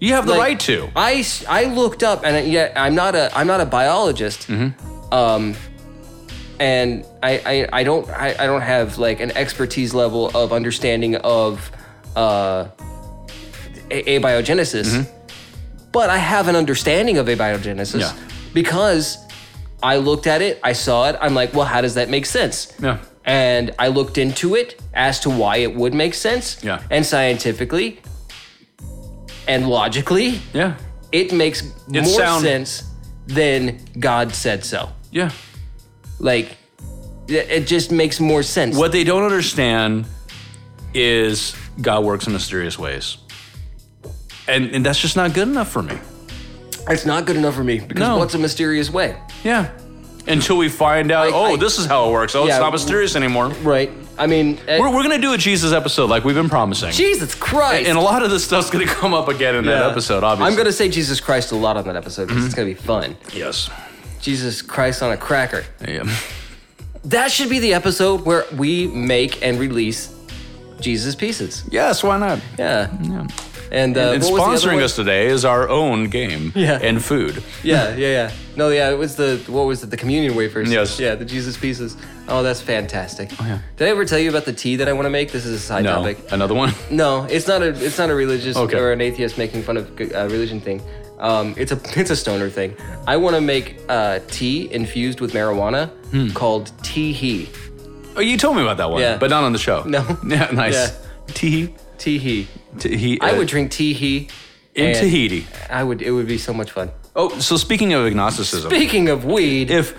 A: you have the
B: Like,
A: right to.
B: I, s- I looked up, and yet I'm not a I'm not a biologist.
A: Mm-hmm.
B: Um, and I, I, I don't I, I don't have like an expertise level of understanding of uh, a- abiogenesis,
A: Mm-hmm.
B: but I have an understanding of abiogenesis
A: Yeah.
B: because I looked at it, I saw it, I'm like, well, how does that make sense?
A: Yeah.
B: And I looked into it as to why it would make sense.
A: Yeah.
B: And scientifically, and logically,
A: yeah.
B: it makes more
A: sound.
B: sense than God said so.
A: Yeah.
B: Like, it it just makes more sense.
A: What they don't understand is God works in mysterious ways, and and that's just not good enough for me.
B: It's not good enough for me because
A: No.
B: what's a mysterious way?
A: Yeah. Until we find out,
B: I-
A: oh,
B: I-
A: this is how it works. Oh,
B: Yeah,
A: it's not mysterious anymore.
B: Right. I mean, eh,
A: We're, we're gonna do a Jesus episode like we've been promising,
B: Jesus Christ.
A: and a lot of this stuff's gonna come up again in that
B: Yeah.
A: episode. Obviously, Mm-hmm.
B: I'm going to say Jesus Christ a lot on that episode because it's going to be fun.
A: yes,
B: Jesus Christ on a cracker.
A: yeah,
B: That should be the episode where we make and release Jesus pieces.
A: yes. Why not?
B: Yeah.
A: Yeah.
B: And, uh,
A: and
B: what was the other
A: sponsoring
B: one?
A: us today is our own game
B: Yeah.
A: and food.
B: Yeah, yeah, yeah. No, yeah, it was the what was it? The communion wafers.
A: Yes. Oh,
B: Yeah, the Jesus pieces. Oh, that's fantastic. Did I ever tell you about the tea that I want to make? This is a side
A: No,
B: topic.
A: another one.
B: No, it's not a it's not a religious
A: Okay.
B: or an atheist making fun of uh, religion thing. Um, it's a it's a stoner thing. I want to make uh, tea infused with marijuana
A: Hmm.
B: called tee hee.
A: Oh, you told me about that one,
B: Yeah.
A: but not on the show.
B: No.
A: Yeah, nice. Tee
B: Tee hee.
A: Tee. he,
B: I
A: uh,
B: would drink tee hee
A: in
B: and-
A: Tahiti.
B: I would. It would be so much fun.
A: Oh, so speaking of agnosticism,
B: Speaking of weed,
A: if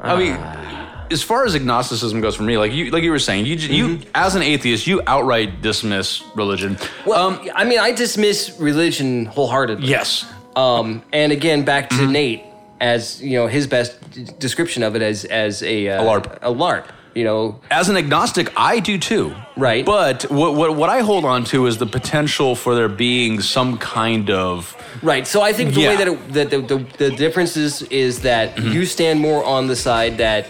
A: I mean,
B: Ah.
A: as far as agnosticism goes for me, like you, like you were saying, you j you
B: Mm-hmm.
A: as an atheist, you outright dismiss religion.
B: well, I mean, I dismiss religion wholeheartedly.
A: Um, yes, Mm-hmm.
B: Um, and again, back to Nate as you know his best d- description of it as as a, uh,
A: A LARP.
B: a LARP. You know,
A: as an agnostic, I do too.
B: Right.
A: But what what what I hold on to is the potential for there being some kind of
B: right? So I think the way
A: Yeah. Mm-hmm.
B: that, it, that the, the the difference is is that you stand more on the side that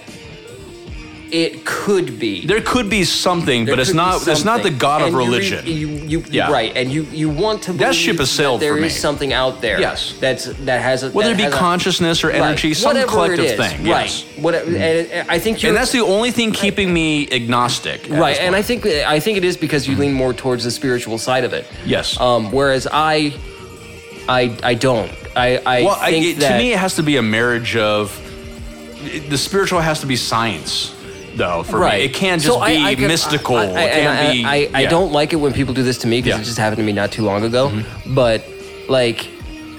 B: it could be.
A: there could be something, but it's
B: could be
A: not it's not the
B: something.
A: god of
B: And you re-
A: religion.
B: You, you, you-
A: Yeah.
B: right, and you you want to.
A: That ship
B: believe
A: has sailed
B: that There is
A: for me.
B: something out there.
A: Yes.
B: that's that has a
A: Whether
B: that
A: it be
B: has a-
A: consciousness or
B: right,
A: energy, some
B: whatever it
A: collective
B: is,
A: thing.
B: Right.
A: Yes.
B: Whatever, and, and I think you're.
A: And that's the only thing keeping me agnostic. at
B: right
A: this
B: and i
A: point.
B: think i think it is because
A: Mm-hmm.
B: you lean more towards the spiritual side of it
A: Yes.
B: um whereas i i i don't i i
A: well, I,
B: think
A: it-
B: that
A: to me, it has to be a marriage of the spiritual has to be science, though. For
B: Right.
A: me, it can't just
B: So
A: be
B: I, I could-
A: mystical.
B: I, I,
A: it
B: and
A: can't be.
B: I, I, I
A: yeah.
B: don't like it when people do this to me because
A: Yeah. Mm-hmm.
B: it just happened to me not too long ago. But like,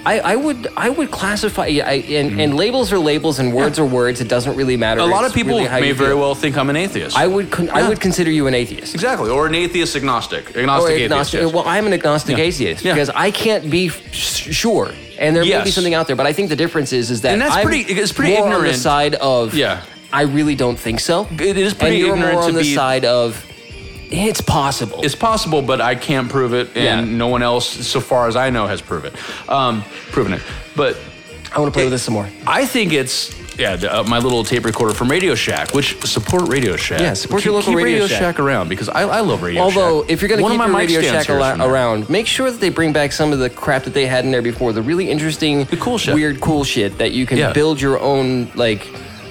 B: I, I would I would classify I, and, and labels are labels and words are words. It doesn't really matter.
A: Mm-hmm. A lot
B: It's
A: of people
B: really how
A: may
B: you
A: very
B: feel.
A: well think I'm an atheist.
B: I would con- I
A: Yeah.
B: would consider you an atheist.
A: exactly, or an atheist agnostic, agnostic,
B: or agnostic.
A: atheist. yes.
B: Well, I'm an agnostic atheist
A: Yeah.
B: because I can't be f- sh- sure, and there may be
A: Yes.
B: something out there. But I think the difference is, is that
A: And that's
B: I'm
A: pretty- it's pretty
B: more on
A: ignorant.
B: the side of
A: Yeah.
B: I really don't think so.
A: It is pretty
B: and you're
A: ignorant
B: more on
A: to
B: the
A: be-
B: side of it's possible.
A: It's possible, but I can't prove it, and
B: Yeah.
A: no one else, so far as I know, has proven it. Um, proven it, but.
B: I want to play with this some more.
A: I think it's yeah, the- uh, my little tape recorder from Radio Shack, which support Radio Shack.
B: Yeah, support
A: Keep-
B: your local
A: keep
B: Radio
A: Radio
B: Shack.
A: Shack. around because I, I love Radio Shack.
B: Although, if you're going to
A: One
B: keep
A: of
B: your
A: my mic
B: Radio
A: stands
B: Shack
A: here
B: al-
A: from there.
B: around, make sure that they bring back some of the crap that they had in there before. The really interesting, the
A: cool shit.
B: weird, cool shit that you can
A: Yeah.
B: build your own, like,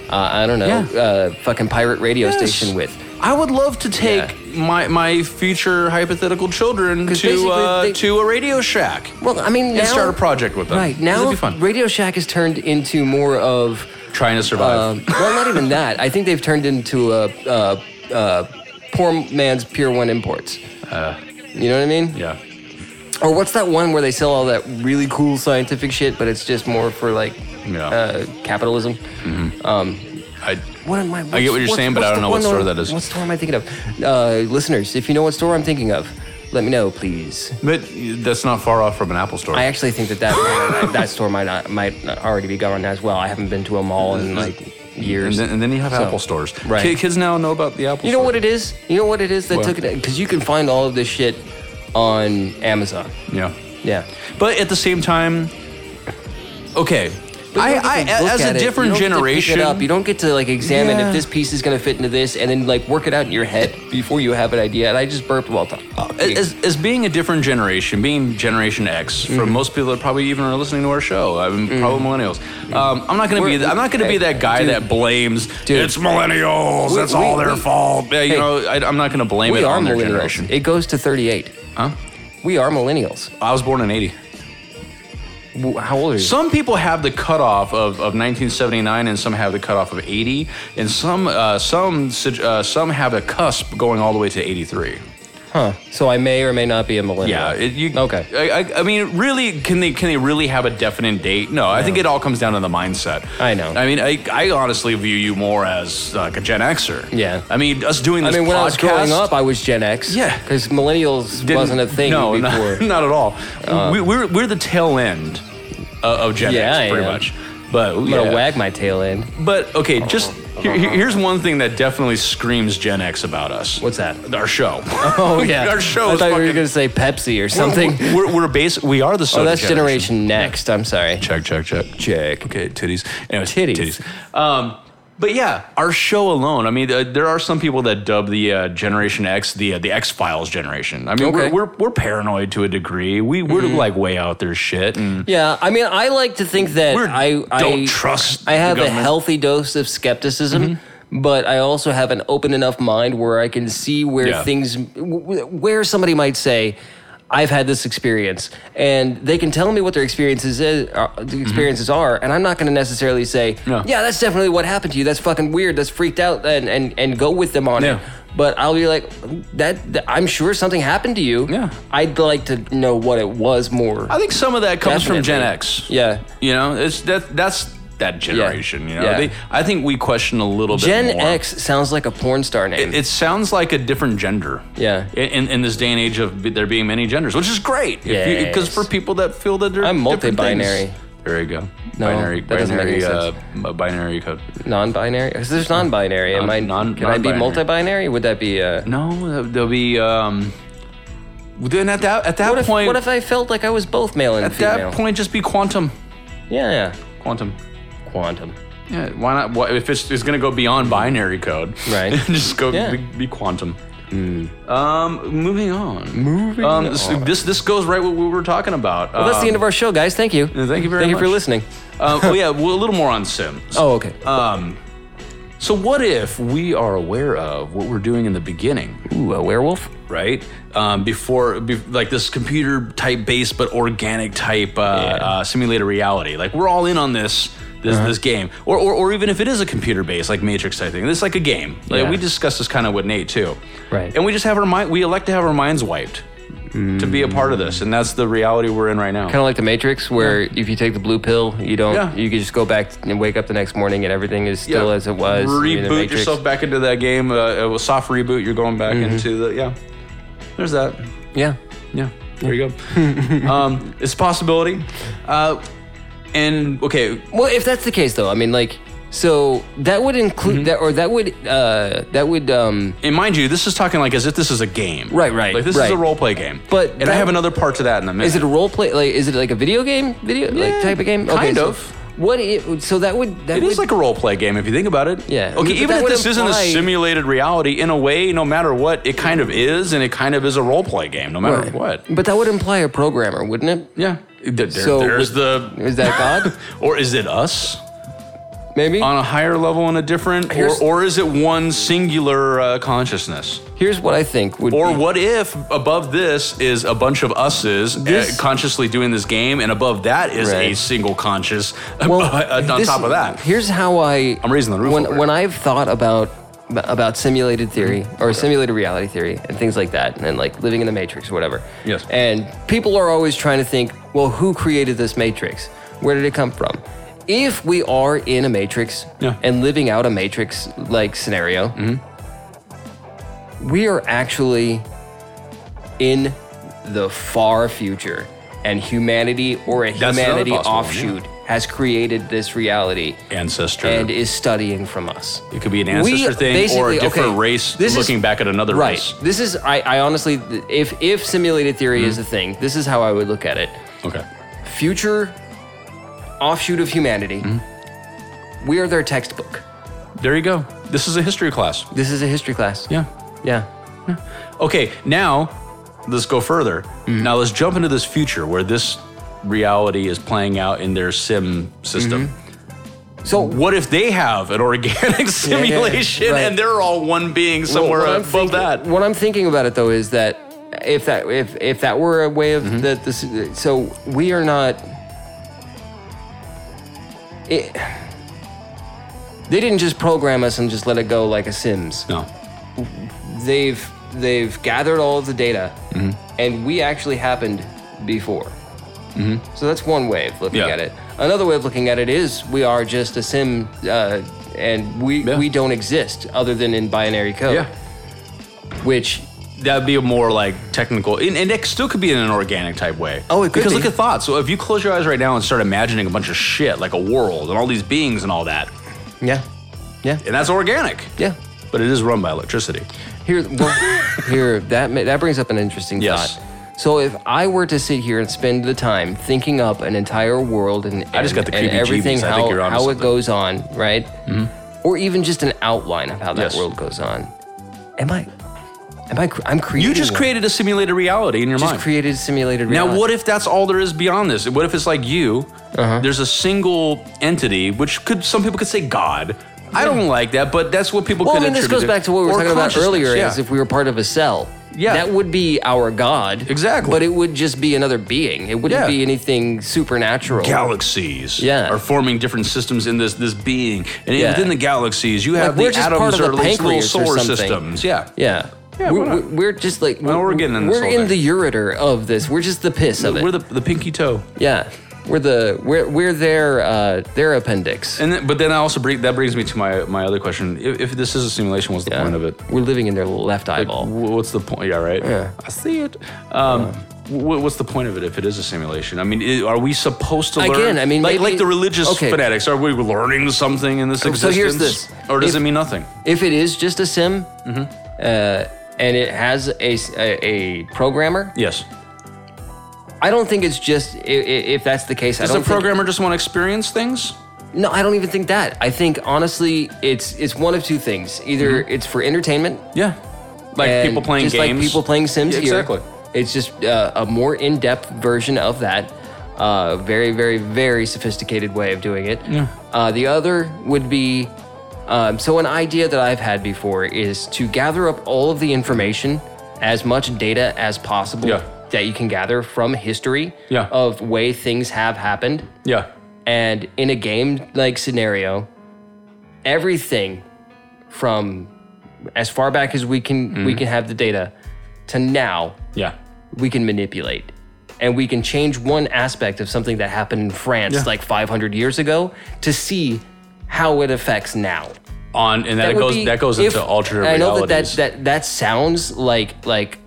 B: uh, I don't know,
A: Yeah.
B: uh, fucking pirate radio
A: Yes.
B: station with.
A: I would love to take
B: Yeah.
A: my my future hypothetical children to
B: basically
A: uh,
B: they-
A: to a Radio Shack
B: Well, I mean, now,
A: and start a project with them.
B: Right
A: 'Cause it'd
B: now,
A: be fun.
B: Radio Shack has turned into more of,
A: Trying to survive.
B: um, well, not even that. I think they've turned into a, uh uh poor man's Pier One imports. you know what I mean?
A: Uh, yeah.
B: Or what's that one where they sell all that really cool scientific shit, but it's just more for like
A: Yeah.
B: uh, capitalism?
A: I,
B: What am I?
A: I get what you're
B: what's-
A: saying, but
B: what's
A: I don't
B: the
A: know what
B: one
A: store
B: on-
A: that is.
B: What store am I thinking of? Uh, listeners, if you know what store I'm thinking of, let me know, please.
A: but that's not far off from an Apple store.
B: I actually think that that, that store might not, might not already be gone as well. I haven't been to a mall in like
A: and,
B: years.
A: then, and then you have
B: So,
A: Apple stores.
B: right.
A: Ki- Kids now know about the Apple
B: you know what it is? You know what it is that
A: What?
B: took it? Because you can find all of this shit on Amazon.
A: Yeah.
B: Yeah.
A: But at the same time, okay.
B: But you
A: I,
B: don't
A: I,
B: get to look
A: as a
B: at it.
A: different
B: you don't get to pick it
A: generation,
B: up. you don't get to like examine
A: Yeah.
B: if this piece is going to fit into this, and then like work it out in your head before you have an idea. And I just burped while talking.
A: as, as being a different generation, being Generation X,
B: Mm-hmm.
A: for most people that probably even are listening to our show, I'm probably millennials. Um, I'm not gonna be
B: We're-
A: th- I'm not gonna
B: hey,
A: be that guy
B: dude.
A: that blames
B: Dude.
A: it's millennials.
B: We-
A: that's all
B: we-
A: their
B: we-
A: fault. Yeah, you
B: hey.
A: know, I, am not gonna blame
B: we
A: it
B: are
A: on their
B: millennials.
A: generation.
B: It goes to thirty-eight.
A: huh?
B: We are millennials.
A: I was born in '80.
B: W- How old are you?
A: Some people have the cutoff of, of 1979, and some have the cutoff of 80, and some uh, some sug- uh, some have a cusp going all the way to 83.
B: huh? So I may or may not be a millennial.
A: Yeah, Uh, it, you,
B: Okay.
A: I, I, I mean, really, can they can they really have a definite date? No, I think it all comes down to the mindset.
B: I know.
A: I mean, I, I honestly view you more as like a Gen Xer.
B: Yeah.
A: I mean, us doing
B: I
A: this
B: mean, when I was
A: podcast
B: growing up, I was Gen X.
A: Yeah.
B: because millennials
A: didn't-
B: wasn't a thing
A: No, not-
B: before. Um,
A: Not, at all. we, we're we're the tail end of, of Gen
B: Yeah,
A: X, pretty
B: yeah.
A: much. But
B: I'm gonna
A: yeah.
B: wag my tail end.
A: But okay, just here, here- here's one thing that definitely screams Gen X about us.
B: What's that?
A: Our show.
B: Oh yeah,
A: Our show
B: I
A: is
B: thought you were
A: fucking-
B: gonna say Pepsi or something.
A: We're, we're, we're base. We are the.
B: oh,
A: soda
B: that's generation next. I'm sorry.
A: Check, check, check. Check. Okay, titties. Anyways,
B: Titties.
A: Um, But yeah, our show alone. I mean, uh, there are some people that dub the uh, Generation X the uh, the X Files generation. I mean,
B: Okay. Mm-hmm.
A: we're, we're we're paranoid to a degree. We we're like way out there shit. And
B: Yeah, I mean, I like to think that
A: We're-
B: I I
A: don't trust
B: I
A: the
B: have a
A: government. Mm-hmm.
B: healthy dose of skepticism, but I also have an open enough mind where I can see where
A: Yeah.
B: things, wh- where somebody might say, "I've had this experience," and they can tell me what their experiences is, uh, the experiences are, and I'm not going to necessarily say,
A: Mm-hmm. No.
B: "Yeah, that's definitely what happened to you. That's fucking weird. That's freaked out," and and and go with them on
A: Yeah.
B: it. But I'll be like, that, that I'm sure something happened to you.
A: Yeah.
B: I'd like to know what it was more.
A: I think some of that comes from Gen
B: Definitely.
A: X.
B: yeah.
A: You know, it's that that's that generation. You know,
B: Yeah.
A: They, I think we question a little
B: Gen
A: bit more.
B: X sounds like a porn star name.
A: It sounds like a different gender.
B: Yeah.
A: In, in, in this day and age of b- there being many genders, which is great. Because
B: Yes.
A: for people that feel that they're
B: I'm
A: different things.
B: multi-binary.
A: There you go.
B: No,
A: binary,
B: that doesn't make any
A: binary, uh, b- binary code.
B: non-binary? Because there's non-binary. Am
A: Non-
B: I?
A: non-
B: can I be
A: non-binary.
B: multi-binary? Would that be? Uh,
A: No, there'll be. Um, then at that at that
B: what if,
A: point,
B: what if I felt like I was both male and
A: at
B: female?
A: that point, just be quantum,
B: yeah,
A: quantum.
B: quantum.
A: Yeah, why not? Why, if it's, it's going to go beyond binary code,
B: Right.
A: just go
B: Yeah. Hmm.
A: be, be quantum. Um, moving on.
B: Moving
A: um, so
B: on.
A: this this goes right what we were talking about.
B: Well, that's
A: Um,
B: the end of our show, guys. Thank you.
A: thank you very
B: Thank you for
A: much.
B: listening.
A: uh, well, yeah, well, a little more on Sims.
B: Oh, okay.
A: Um, so what if we are aware of what we're doing in the beginning,
B: Ooh, a werewolf.
A: right? Um, before, be, like this computer type based but organic type uh, uh, simulated reality. Like we're all in on this. This,
B: Uh-huh.
A: this game, or, or or even if it is a computer based like Matrix type thing, it's like a game. Like
B: Yeah.
A: we discussed this kind of with Nate too,
B: Right.
A: And we just have our mind. We elect to have our minds wiped to be a part of this, and that's the reality we're in right now.
B: Kind of like the Matrix, where if you take the blue pill, you don't.
A: Yeah.
B: You can just go back and wake up the next morning, and everything is still as it was. in the
A: Reboot
B: Matrix.
A: yourself back into that game. Uh, it was soft reboot. You're going back
B: Mm-hmm.
A: into the yeah. There's that.
B: Yeah.
A: Yeah, there you go. um, it's a possibility. Uh, and okay,
B: Well, if that's the case, though, I mean, like, so that would include
A: Mm-hmm.
B: that, or that would, uh, that would, um,
A: and mind you, this is talking like as if this is a game.
B: Right, right,
A: Like this
B: right.
A: is a role play game.
B: But
A: and
B: that-
A: I have another part to that in a minute.
B: is it a role play? Like, is it like a video game, video like
A: Yeah,
B: type of game?
A: kind
B: so
A: of.
B: What? It, so that would that
A: It
B: would,
A: is like a role play game if you think about it.
B: Yeah.
A: Okay,
B: But
A: even
B: that
A: if
B: would
A: this isn't a
B: imply-
A: simulated reality, in a way, no matter what, it kind of is, and it kind of is a role play game, no matter what.
B: But that would imply a programmer, wouldn't it?
A: Yeah. There-
B: So
A: there's
B: would-
A: the.
B: Is that God?
A: Or is it us?
B: Maybe.
A: on a higher level and a different or,
B: Here's-
A: or is it one singular uh, consciousness
B: Here's what I think would.
A: or
B: be,
A: what if above this is a bunch of us's
B: This-
A: uh, consciously doing this game and above that is a
B: Right.
A: single conscious
B: Well,
A: uh, on
B: this-
A: top of that
B: here's how I.
A: I'm raising the roof
B: When
A: over
B: when
A: it. Mm-hmm.
B: I've thought about about simulated theory or simulated reality theory and things like that, and like living in the matrix or whatever.
A: Yes.
B: And people are always trying to think, well, who created this matrix? Where did it come from? If we are in a matrix
A: Yeah. Mm-hmm.
B: and living out a matrix like scenario, we are actually in the far future, and humanity or a
A: That's another
B: humanity
A: possible one,
B: offshoot has created this reality
A: ancestor
B: and is studying from us.
A: it could be an
B: We
A: ancestor thing or a
B: basically-
A: different
B: okay,
A: race
B: this is-
A: looking back at another
B: Right.
A: race
B: This is I, I honestly if if simulated theory
A: Mm-hmm.
B: is a thing, this is how I would look at it.
A: okay
B: Future offshoot of humanity.
A: Mm-hmm.
B: We are their textbook.
A: there you go this is a history class
B: This is a history class.
A: yeah
B: Yeah.
A: Okay, now let's go further.
B: Mm-hmm.
A: Now let's jump into this future where this reality is playing out in their sim system.
B: Mm-hmm. So
A: What if they have an organic simulation
B: right.
A: and they're all one being somewhere
B: Well, what I'm
A: above
B: thinking-
A: that?
B: What I'm thinking about it though is that if that if if that were a way of
A: Mm-hmm.
B: that this so we are not. It, they didn't just program us and just let it go like a Sims.
A: No.
B: They've they've gathered all of the data,
A: Mm-hmm.
B: and we actually happened before. So that's one way of looking
A: Yeah.
B: at it. Another way of looking at it is we are just a sim, uh, and we
A: Yeah.
B: we don't exist other than in binary code. Which
A: Oh. That'd be a more like technical, and, and it still could be in an organic type way.
B: Oh, it could
A: because
B: be.
A: look at thoughts. So if you close your eyes right now and start imagining a bunch of shit, like a world and all these beings and all that,
B: yeah, yeah,
A: and that's organic,
B: yeah.
A: but it is run by electricity.
B: Here, well, here that ma- that brings up an interesting
A: Yes.
B: thought. So if I were to sit here and spend the time thinking up an entire world and,
A: I just
B: and-
A: got the
B: and
A: creepy
B: everything
A: jeebies. I
B: how,
A: think you're onto
B: how it
A: something.
B: goes on, right? or even just an outline of how that
A: Yes.
B: world goes on. Am I? Am I? cr- I'm creating.
A: You just
B: one.
A: created a simulated reality in your
B: Just
A: mind.
B: created a simulated reality.
A: Now, what if that's all there is beyond this? What if it's like you?
B: Uh-huh.
A: There's a single entity, which could some people could say God. I don't like that, but that's what people
B: Well, I
A: could
B: mean, this
A: attribute
B: goes
A: it.
B: back to what we were
A: Or
B: talking about
A: consciousness,
B: earlier.
A: yeah.
B: Is if we were part of a cell,
A: Yeah.
B: that would be our god.
A: Exactly.
B: But it would just be another being. It wouldn't
A: Yeah.
B: be anything supernatural.
A: galaxies
B: Yeah.
A: are forming different systems in this this being, and
B: Yeah.
A: within the galaxies, you have
B: we're
A: the
B: just part
A: atoms
B: of the
A: or at least little
B: pancreas or
A: solar
B: something.
A: systems. Yeah.
B: yeah.
A: Yeah, why
B: we're,
A: not?
B: we're just like
A: Well, we're getting in this
B: we're
A: whole
B: in
A: thing.
B: the ureter of this. We're just the piss of it.
A: We're the, the pinky toe,
B: yeah, we're the we're we're their uh, their appendix.
A: and then, but then I also bring, that brings me to my my other question: if, if this is a simulation, what's the
B: Yeah.
A: point of it?
B: We're living in their left
A: Oh, Wh-
B: eyeball.
A: What's the point? Yeah, right.
B: Yeah.
A: I see it. Um, wh- What's the point of it if it is a simulation? I mean, i are we supposed to learn?
B: Again, I mean,
A: like,
B: maybe-
A: like the religious
B: okay.
A: fanatics, are we learning something in this
B: so
A: existence?
B: here's this.
A: or does
B: If-
A: it mean nothing?
B: If it is just a sim,
A: Mm-hmm.
B: uh, and it has a s- a- a programmer,
A: Yes.
B: I don't think it's just i- i- if that's the case. I
A: Does
B: don't
A: a
B: think-
A: programmer just want to experience things?
B: no, I don't even think that. I think honestly, it's it's one of two things. Either it's for entertainment,
A: Yeah. Mm-hmm. Like
B: and
A: people playing
B: just
A: games.
B: like people playing Sims
A: Yeah,
B: here.
A: exactly.
B: It's just uh, a more in-depth version of that. Uh, very, very, very sophisticated way of doing it. Uh, the other would be um, so an idea that I've had before is to gather up all of the information, as much data as possible
A: Yeah.
B: that you can gather from history
A: Yeah.
B: of way things have happened
A: Yeah.
B: and in a game like scenario, everything from as far back as we can we
A: Mm-hmm.
B: can have the data to now
A: Yeah.
B: we can manipulate and we can change one aspect of something that happened in France
A: Yeah.
B: like 500 years ago to see how it affects now.
A: On and that,
B: would
A: goes
B: be-
A: that goes
B: if-
A: into alternate
B: I know that that,
A: realities.
B: that that sounds like like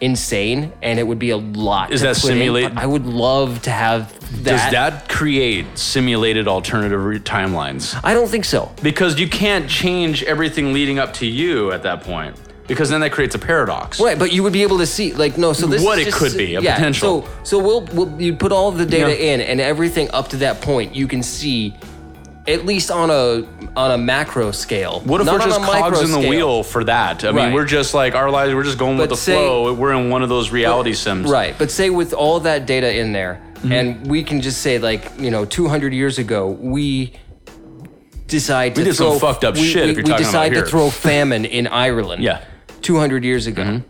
B: insane and it would be a lot
A: Is
B: to
A: that
B: put in,
A: simulate-
B: but I would love to have
A: does that create simulated alternative re- timelines?
B: I don't think so.
A: Because you can't change everything leading up to you at that point. Because then that creates a paradox.
B: Right, but you would be able to see like no. So this
A: What
B: is
A: it
B: just-
A: could be, a
B: yeah,
A: potential.
B: So so we'll, we'll you put all the data
A: Yeah.
B: in and everything up to that point. You can see at least on a on a macro scale.
A: What if
B: not
A: we're
B: on
A: just
B: a micro
A: cogs in the
B: scale.
A: wheel for that? I
B: Right.
A: mean, we're just like our lives. We're just going
B: But
A: with the
B: say-
A: flow. We're in one of those reality sims.
B: Right, but say with all that data in there,
A: Mm-hmm.
B: and we can just say like you know, 200 years ago, we decide to
A: did some
B: throw
A: fucked up
B: we,
A: shit
B: We,
A: if you're
B: we
A: talking about
B: decide
A: here.
B: to throw famine in Ireland.
A: Yeah. Mm-hmm.
B: 200 years ago.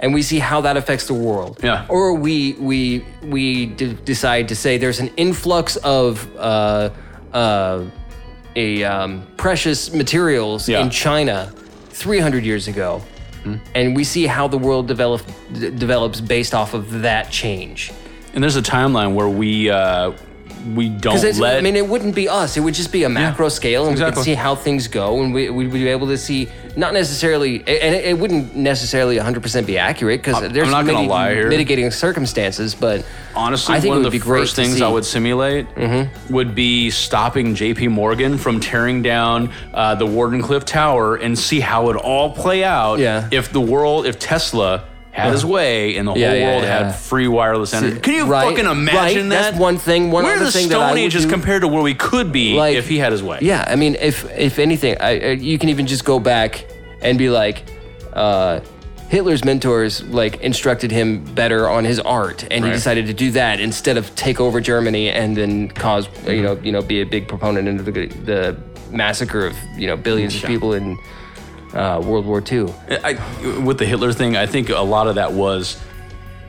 B: And we see how that affects the world.
A: Yeah.
B: Or we we we d- decide to say there's an influx of uh, uh, a um, precious materials
A: Yeah. Hmm?
B: in China 300 years ago, and we see how the world develop, d- develops based off of that change.
A: And there's a timeline where we uh, we don't
B: 'Cause it's-
A: let.
B: I mean, it wouldn't be us. It would just be a macro scale, and we
A: exactly.
B: could see how things go, and we, we'd be able to see not necessarily, and it, it wouldn't necessarily 100% be accurate because there's
A: I'm not gonna
B: many
A: lie here.
B: mitigating circumstances. But
A: honestly,
B: I think
A: one
B: it would
A: of the
B: be great
A: first
B: to
A: things
B: see. Mm-hmm.
A: I would simulate would be stopping J.P. Morgan from tearing down uh, the Wardenclyffe Tower and see how it all play out.
B: Yeah.
A: If the world, if Tesla had his way and the whole
B: Yeah, yeah,
A: world
B: yeah.
A: had free wireless energy, can you
B: right,
A: fucking imagine
B: right,
A: that?
B: that's one thing- one
A: Where
B: other
A: the
B: thing that I
A: Stone
B: would
A: Age is
B: do-
A: compared to where we could be
B: Like-
A: if he had his way.
B: Yeah, I mean, if if anything, I, I you can even just go back and be like, uh, Hitler's mentors like instructed him better on his art, and he
A: Right.
B: decided to do that instead of take over Germany and then cause
A: Mm-hmm.
B: you know you know be a big proponent into the the massacre of you know billions of people in uh, World War II.
A: I, with the Hitler thing, I think a lot of that was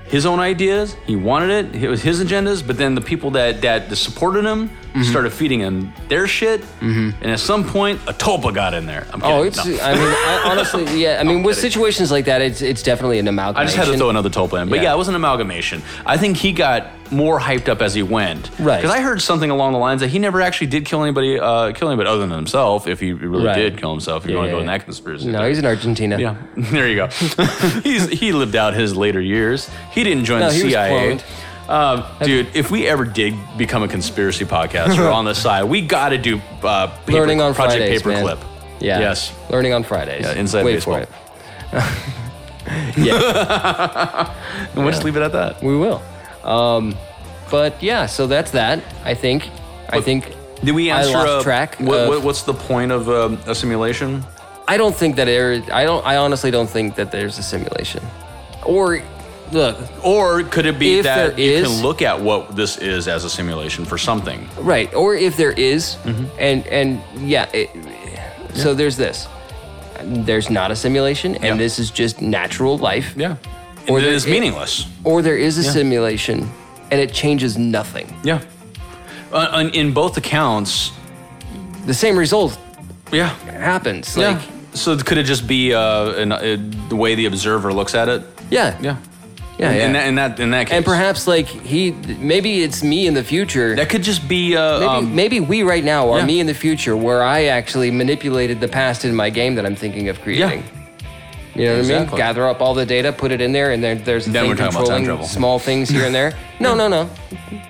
A: his own ideas. He wanted it. It was his agendas. But then the people that that supported him
B: Mm-hmm.
A: started feeding him their shit. And at some point, a tulpa got in there. I'm kidding.
B: Oh, it's
A: No.
B: I mean I, honestly yeah I mean with situations like that it's it's definitely an
A: I
B: amalgamation.
A: just had to throw another tulpa in. But yeah.
B: Yeah.
A: it was an amalgamation. I think he got more hyped up as he went.
B: Right.
A: Because I heard something along the lines that he never actually did kill anybody, uh, kill anybody other than himself. If he really
B: Right.
A: did kill himself, if you
B: Yeah,
A: want to
B: yeah,
A: go in
B: yeah.
A: that conspiracy.
B: no,
A: theory.
B: he's in Argentina.
A: Yeah, there you go. He's he lived out his later years. He didn't join
B: No,
A: the
B: he was
A: CIA.
B: cloned.
A: Um, dude, if we ever did become a conspiracy podcast or on the side, we got to do uh, paper,
B: Learning on
A: Project
B: Fridays, man.
A: Paperclip.
B: Yeah.
A: Yes.
B: Learning on Fridays. Yeah,
A: inside
B: Wait
A: baseball.
B: for it. yeah,
A: And we'll just leave it at that.
B: we will. Um, but yeah, so that's that. I think. I think
A: Did we
B: I
A: answer
B: lost
A: uh,
B: track
A: What,
B: of-
A: what, what's the point of um, a simulation?
B: I don't think that there. I don't. I honestly don't think that there's a simulation. Or look,
A: Or could it be
B: If
A: that
B: there
A: you
B: is-
A: can look at what this is as a simulation for something?
B: right? Or if there is,
A: Mm-hmm.
B: and and yeah, it, So there's this. There's not a simulation, and
A: Yeah.
B: this is just natural life.
A: Or
B: Or
A: it
B: there-
A: is meaningless.
B: Or there is a simulation, and it changes nothing.
A: yeah. Uh, and in both accounts,
B: The same result
A: yeah.
B: happens.
A: Yeah.
B: Like,
A: so could it just be uh, an, uh, the way the observer looks at it?
B: yeah, yeah, yeah.
A: In, in that, in that in that case.
B: and perhaps like he, maybe it's me in the future.
A: that could just be uh,
B: Maybe,
A: um,
B: maybe we right now are
A: yeah.
B: me in the future where I actually manipulated the past in my game that I'm thinking of creating. You know what I mean?
A: Exactly.
B: Gather up all the data, put it in there, and there, there's a
A: Then
B: thing
A: we're talking about time
B: controlling
A: travel.
B: small things here and there. No, no, no.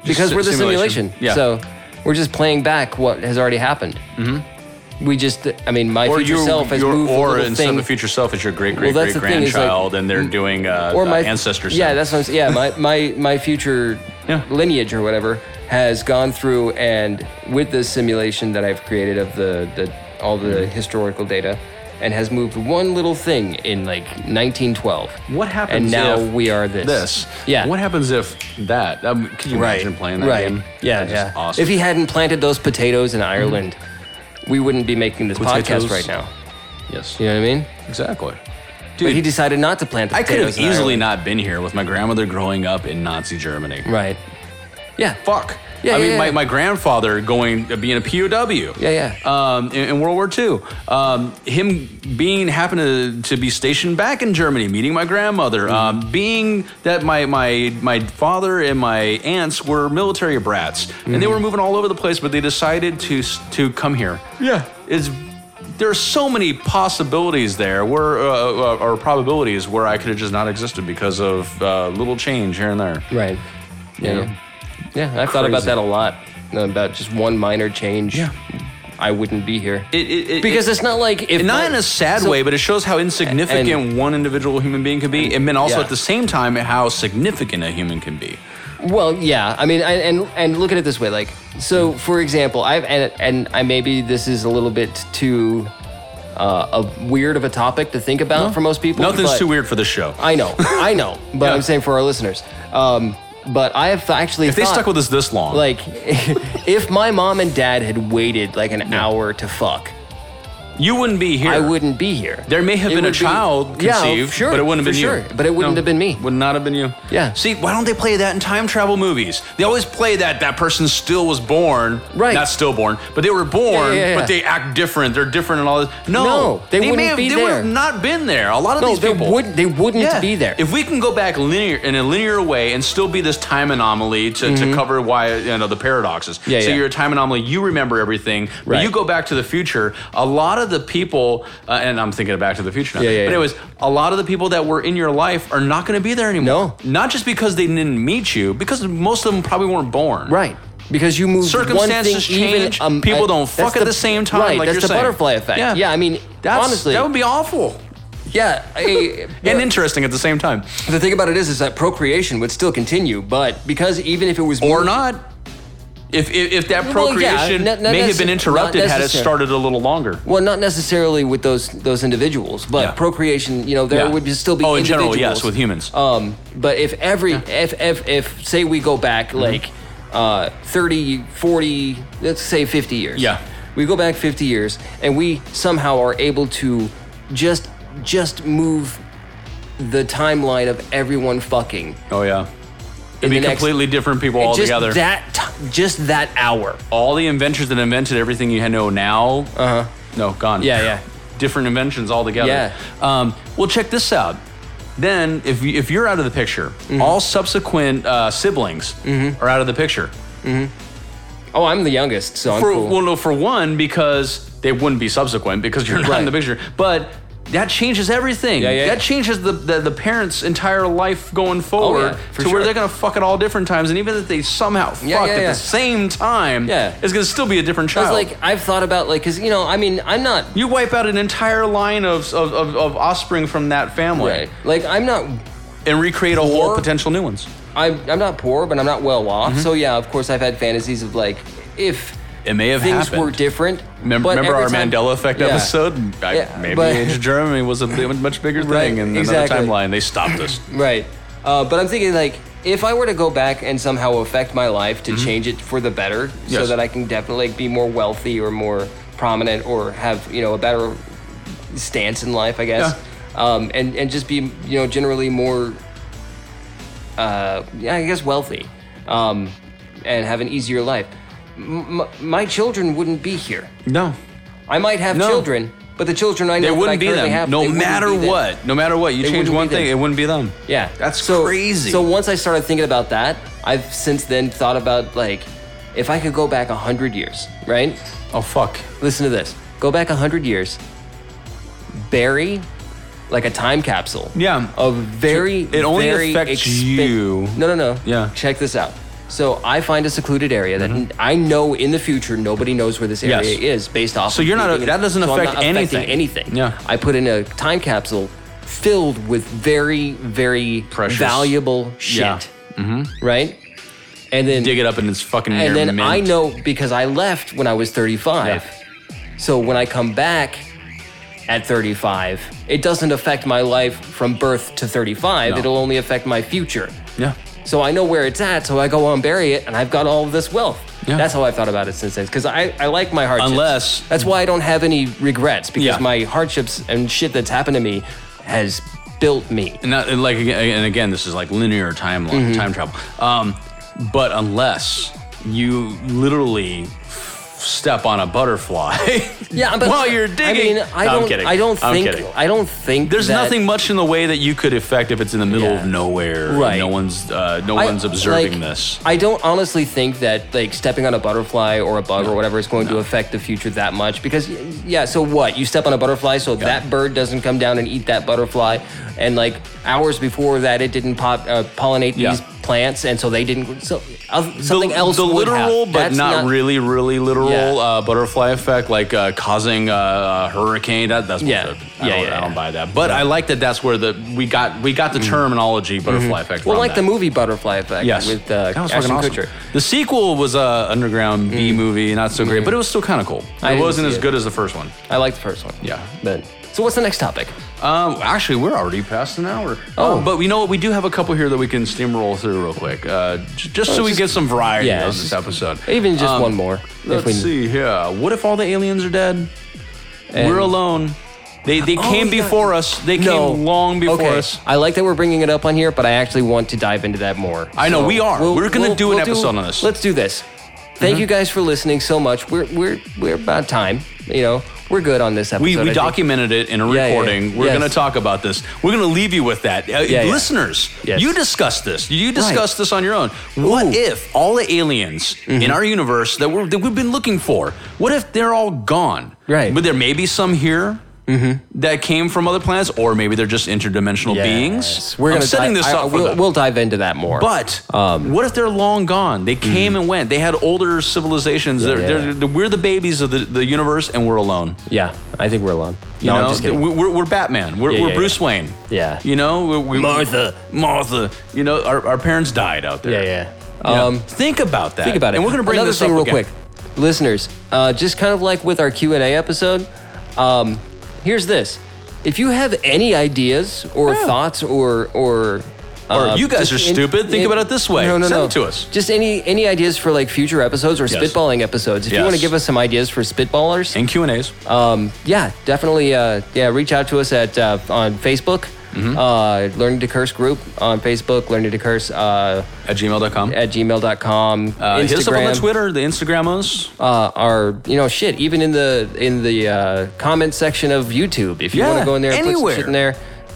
B: Because
A: si-
B: we're the simulation.
A: simulation. Yeah.
B: So we're just playing back what has already happened. Mm-hmm. We just, I mean, my
A: or
B: future
A: your,
B: self has
A: your
B: moved
A: or
B: a little
A: instead
B: thing.
A: of the future self is your great great
B: that's
A: great
B: the thing, is like-
A: grandchild, and they're doing uh,
B: or my
A: uh, ancestor.
B: Yeah,
A: sin.
B: that's what I'm saying. Yeah, my my my future
A: Yeah.
B: lineage or whatever has gone through and with this simulation that I've created of the the all the
A: Mm-hmm.
B: historical data and has moved one little thing in like 1912.
A: What happens?
B: And now
A: if
B: we are this.
A: This.
B: Yeah.
A: What happens if that? Um, could you
B: Right.
A: imagine playing that
B: right.
A: game?
B: Yeah,
A: That's
B: yeah.
A: just Awesome. Mm-hmm.
B: If he hadn't planted those potatoes in Ireland, we wouldn't be making this
A: Potatoes.
B: podcast right now.
A: yes.
B: You know what I mean?
A: Exactly.
B: But
A: Dude,
B: he decided not to plant the
A: I could
B: potatoes.
A: have
B: in
A: easily
B: Ireland.
A: not been here with my grandmother growing up in Nazi Germany.
B: Right. Yeah.
A: Fuck.
B: Yeah,
A: I
B: yeah,
A: mean, My,
B: yeah.
A: my grandfather going being a POW.
B: Yeah, yeah.
A: Um, in, in World War II, um, him being happened to, to be stationed back in Germany, meeting my grandmother,
B: Mm-hmm.
A: um, being that my my my father and my aunts were military brats,
B: Mm-hmm.
A: and they were moving all over the place, but they decided to s- to come here.
B: Yeah.
A: It's there are so many possibilities there where uh, uh, or probabilities where I could have just not existed because of uh, little change here and there.
B: Right. Yeah.
A: know?
B: Yeah, I've thought about
A: Crazy.
B: that a lot. uh, About just one minor change.
A: Yeah.
B: I wouldn't be here.
A: It, it, it,
B: because
A: it-
B: it's not like if
A: not in a sad
B: so-
A: way, but it shows how insignificant
B: And-
A: one individual human being can be, and then also
B: yeah.
A: at the same time how significant a human can be.
B: Well, yeah. I mean, I, and and look at it this way. Like, so for example, I've and and I maybe this is a little bit too uh, a weird of a topic to think about for most people.
A: Nothing's
B: but-
A: too weird for the show.
B: I know, I know, but
A: Yeah.
B: I'm saying for our listeners. Um, but I have actually
A: if they
B: thought-
A: stuck with us this long,
B: Like, if my mom and dad had waited like an hour to fuck,
A: you wouldn't be here.
B: I wouldn't be here.
A: There may have
B: It
A: been a
B: would be-
A: child
B: yeah,
A: conceived,
B: sure,
A: but it wouldn't have
B: for
A: been
B: sure,
A: you.
B: But it wouldn't
A: No,
B: have been me.
A: Would not have been you.
B: Yeah.
A: See, why don't they play that in time travel movies? They always play that that person still was born,
B: Right.
A: Not stillborn, but they were born,
B: Yeah, yeah, yeah,
A: but
B: yeah.
A: they act different. They're different and all this. No,
B: No, they
A: may
B: wouldn't
A: have,
B: be
A: They would have
B: there.
A: not been there. A lot of
B: No,
A: these
B: they
A: people
B: would. They wouldn't be there.
A: If we can go back linear in a linear way and still be this time anomaly to, to cover why you know the paradoxes.
B: Mm-hmm. Yeah,
A: so
B: yeah.
A: you're a time anomaly. You remember everything, but
B: Right.
A: you go back to the future. A lot of the people, uh, and I'm thinking of Back to the Future now.
B: Yeah, yeah,
A: but
B: yeah.
A: anyways, a lot of the people that were in your life are not going to be there anymore.
B: No.
A: Not just because they didn't meet you, because most of them probably weren't born.
B: right. Because you move
A: Circumstances
B: one thing, even, um,
A: change, people don't
B: that's
A: fuck at the same time,
B: Right,
A: like
B: that's
A: you're
B: the
A: saying.
B: butterfly effect.
A: Yeah.
B: Yeah, I mean,
A: That's,
B: honestly,
A: that would be awful
B: yeah. I,
A: and interesting at the same time,
B: the thing about it is, is that procreation would still continue, but because even if it was
A: or
B: moved-
A: not. If, if, if that
B: Well, yeah,
A: procreation
B: not- not
A: may have
B: necessar-
A: been
B: not
A: interrupted had it
B: necessar-
A: started a little longer.
B: Well, not necessarily with those those individuals, but
A: Yeah.
B: procreation. You know, there
A: Yeah.
B: would be still be.
A: Oh, in general,
B: individuals.
A: yes, with humans.
B: Um, but if every if, if if say we go back like uh, 30, 40, let's say fifty years.
A: Yeah.
B: we go back fifty years, and we somehow are able to just just move the timeline of everyone fucking
A: Oh yeah,
B: in
A: be
B: the next-
A: completely different people
B: just
A: altogether.
B: That t- just that hour.
A: all the inventors that invented everything you know now. Uh huh. No, gone.
B: Uh-huh. Yeah, yeah.
A: Different inventions altogether.
B: Yeah.
A: Um, well, check this out. Then, if you, if you're out of the picture,
B: Mm-hmm.
A: all subsequent uh, siblings are out of the picture.
B: Oh, I'm the youngest, so I'm
A: For,
B: cool.
A: Well, no, for one, because they wouldn't be subsequent because you're not in
B: Right.
A: the picture. But that changes everything.
B: yeah,
A: that
B: yeah.
A: changes the, the, the parents' entire life going forward
B: for
A: to where
B: sure.
A: they're gonna fuck at all different times, and even if they somehow fucked
B: Yeah, yeah,
A: at
B: yeah.
A: the same time,
B: Yeah.
A: it's gonna still be a different
B: I was
A: child.
B: like, I've thought about like, cause you know, I mean, I'm not
A: you wipe out an entire line of of, of, of offspring from that family
B: Right. Like I'm not
A: and recreate a whole
B: Or-
A: potential new ones.
B: I'm I'm not poor, but I'm not well off. So yeah, of course I've had fantasies of like if
A: Mm-hmm. It may have
B: things
A: happened.
B: were different.
A: Remember,
B: but
A: remember
B: every
A: our
B: time-
A: Mandela effect
B: Yeah.
A: episode? I,
B: Yeah,
A: maybe
B: but-
A: Age of Germany was a bit- much bigger
B: Right,
A: thing in
B: exactly.
A: another timeline. They stopped us.
B: Right. Uh, but I'm thinking like if I were to go back and somehow affect my life to change it for the better, so
A: Mm-hmm. Yes.
B: that I can definitely like, be more wealthy or more prominent or have you know a better stance in life, I guess, um, and and just be you know generally more, uh, yeah, I guess wealthy, um, and have an easier life. M- m- my children wouldn't be here.
A: No.
B: I might have
A: No.
B: children, but the children I know
A: They
B: that I
A: wouldn't be
B: currently
A: them.
B: have,
A: no
B: they wouldn't
A: matter
B: be them.
A: what. No matter what. You change
B: wouldn't
A: one
B: be
A: thing,
B: them.
A: it wouldn't be them.
B: Yeah.
A: That's
B: so,
A: crazy.
B: So once I started thinking about that, I've since then thought about like if I could go back a hundred years, right?
A: oh, fuck.
B: Listen to this. Go back a hundred years, bury like a time capsule.
A: Yeah.
B: Of very
A: It only
B: very
A: affects you.
B: No no no.
A: Yeah. Mm-hmm.
B: Check this out. So I find a secluded area that I know in the future nobody knows where this area
A: Yes.
B: is based off.
A: So
B: of
A: you're not-
B: moving it.
A: that doesn't
B: So I'm
A: affect
B: not affecting
A: anything.
B: Anything.
A: Yeah.
B: I put in a time capsule filled with very very
A: Precious.
B: valuable shit.
A: Yeah. Mm-hmm.
B: Right. And then
A: Dig it up and it's fucking
B: and
A: your
B: then
A: mint.
B: I know because I left when I was 35. So when I come back at 35, it doesn't affect my life from birth to 35.
A: No.
B: It'll only affect my future.
A: Yeah.
B: So I know where it's at, so I go on bury it, and I've got all of this wealth.
A: Yeah.
B: That's how I've thought about it since then. Because I, I like my hardships.
A: Unless-
B: that's why I don't have any regrets because
A: Yeah.
B: my hardships and shit that's happened to me has built me.
A: And not, and like again, and again, this is like linear
B: Mm-hmm.
A: timeline, time travel. Um, but unless you literally f- step on a butterfly,
B: Yeah, but
A: while you're digging,
B: I mean, I
A: No,
B: don't.
A: I'm kidding.
B: I don't
A: I'm
B: think.
A: kidding.
B: I don't think
A: There's
B: that-
A: nothing much in the way that you could affect if it's in the middle
B: Yeah.
A: of nowhere.
B: Right.
A: No one's uh, no
B: I-
A: one's observing
B: like,
A: this.
B: I don't honestly think that like stepping on a butterfly or a bug or whatever is going to affect the future that much because y- yeah, so what? You step on a butterfly, so that bird doesn't come down and eat that butterfly, and like hours before that, it didn't pop, uh, pollinate
A: Yeah.
B: these plants, and so they didn't. So uh, something
A: the,
B: else.
A: the
B: would have.
A: literal, but
B: That's
A: not, really, really literal
B: Yeah.
A: uh, butterfly effect, like uh, causing a, a hurricane. That, that's
B: Yeah.
A: bullshit. I,
B: Yeah,
A: don't,
B: yeah,
A: I don't
B: yeah. Mm-hmm.
A: buy that. But I like that. That's where the we got we got the terminology butterfly effect.
B: Well,
A: from
B: like
A: that.
B: the movie Butterfly Effect
A: Yes,
B: with uh,
A: that was fucking
B: Ashton
A: awesome.
B: Kutcher. Mm-hmm.
A: The sequel was a underground B movie, not so great, but it was still kind of cool. it
B: I didn't
A: wasn't
B: see
A: as
B: it.
A: good as the first one.
B: I like the first one.
A: Yeah.
B: but so what's the next topic?
A: Um, actually, we're already past an hour. Oh, but we know what? We do have a couple here that we can steamroll through real quick, uh, j- just so we get some variety
B: Oh, yeah,
A: on
B: it's
A: this
B: just-
A: episode.
B: Even just
A: Um,
B: one more. if
A: Let's
B: we-
A: see here. What if all the aliens are dead? we're alone. They
B: Oh,
A: they came
B: yeah.
A: before us. They came long before
B: Okay.
A: us.
B: I like that we're bringing it up on here, but I actually want to dive into that more.
A: I know, we are. We're gonna do an episode on this. Mm-hmm.
B: Let's do this. Thank you guys for listening so much. We're we're we're about time. You know, we're good on this episode.
A: We,
B: I
A: we
B: think.
A: documented it in a
B: Yeah, yeah,
A: recording. We're
B: yes.
A: going to talk about this. We're going to leave you with that. Uh,
B: Yeah, yeah.
A: Listeners,
B: Yes.
A: you discuss this. You discuss this on your own. What if all the aliens in
B: Mm-hmm.
A: our universe that, we're, that we've been looking for, what if they're all gone?
B: Right. Mm-hmm.
A: But there may be some here. That came from other planets, or maybe they're just interdimensional
B: Yes.
A: beings.
B: We're
A: I'm
B: gonna
A: setting
B: dive-
A: this
B: I-
A: up for
B: we'll,
A: them.
B: we'll dive into that more.
A: But
B: Um,
A: what if they're long gone? They came and went. They had older civilizations. they're,
B: hmm. yeah.
A: They're, they're, we're the babies of the, the universe, and we're alone.
B: yeah, I think we're alone.
A: You
B: no,
A: know,
B: I'm just kidding.
A: we- we're, we're Batman. We're,
B: Yeah,
A: we're
B: yeah,
A: Bruce
B: yeah.
A: Wayne.
B: Yeah.
A: You know, we, we,
B: Martha.
A: Martha. You know, our, our parents died out there.
B: yeah, yeah.
A: You know,
B: Um,
A: think about that.
B: Think about it.
A: And we're gonna bring
B: another
A: this
B: thing
A: up
B: real
A: again.
B: quick, listeners. Uh, just kind of like with our Q and A episode. Um, here's this: if you have any ideas or
A: Yeah.
B: thoughts or or uh,
A: Or you guys
B: just
A: are stupid. Think about it this way.
B: No, no,
A: Send
B: no.
A: it to us.
B: Just any any ideas for like future episodes or
A: Yes.
B: spitballing episodes. If you
A: Yes.
B: want to give us some ideas for spitballers,
A: And Q and A's.
B: um, yeah, definitely. Uh, yeah, reach out to us at uh, on Facebook.
A: Mm-hmm.
B: Uh, Learning to Curse group on Facebook. Learning to Curse uh,
A: at gmail.com.
B: at gmail.com.
A: uh, hit us up on the
B: Instagram
A: Twitter, the Instagramos.
B: uh, are you know shit even in the in the uh, comment section of YouTube if you
A: Yeah,
B: want to go in there and put
A: anywhere.
B: some shit in there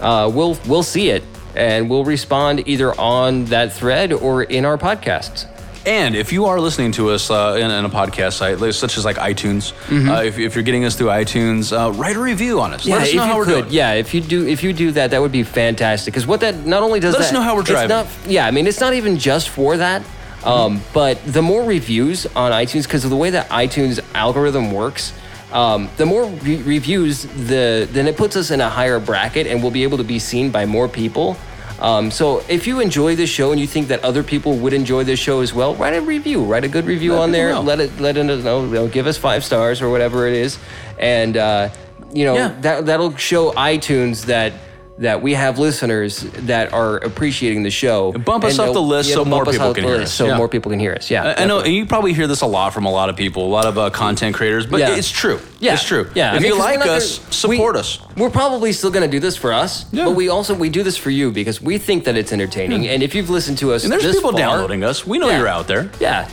B: uh, we'll we'll see it and we'll respond either on that thread or in our podcasts
A: And if you are listening to us uh, in, in a podcast site, like- such as like iTunes, uh, if, if you're getting us through iTunes, uh, write a review on us. Let us
B: if
A: know
B: you
A: how we're
B: could,
A: doing.
B: yeah if you do if you do that that would be fantastic because what that not only does
A: Let us
B: that-
A: know how we're
B: it's
A: driving.
B: not- yeah I mean it's not even just for that um, but the more reviews on iTunes because of the way that iTunes algorithm works. Um, the more re- reviews, the then it puts us in a higher bracket, and we'll be able to be seen by more people. Um, so if you enjoy this show and you think that other people would enjoy this show as well, write a review, write a good review
A: Let
B: on
A: people
B: there.
A: know.
B: Let it let it know, you know, give us five stars or whatever it is, and uh, you know
A: Yeah.
B: that that'll show iTunes that. That we have listeners that are appreciating the show.
A: bump us up
B: they'll-
A: the list so
B: bump
A: more
B: us
A: people
B: up
A: can
B: the
A: hear
B: list
A: us.
B: So
A: Yeah.
B: more people can hear us. Yeah,
A: Uh, I- I know, and you probably hear this a lot from a lot of people, a lot of uh, content creators, but
B: Yeah.
A: it's true.
B: Yeah,
A: it's true.
B: Yeah, I
A: if
B: mean,
A: you
B: 'cause we're
A: like
B: not
A: us,
B: gonna-
A: support
B: we-
A: us.
B: We're probably still going to do this for us,
A: Yeah.
B: but we also we do this for you because we think that it's entertaining. And if you've listened to us,
A: And there's
B: this
A: people
B: far-
A: downloading us. We know
B: Yeah.
A: you're out there.
B: Yeah,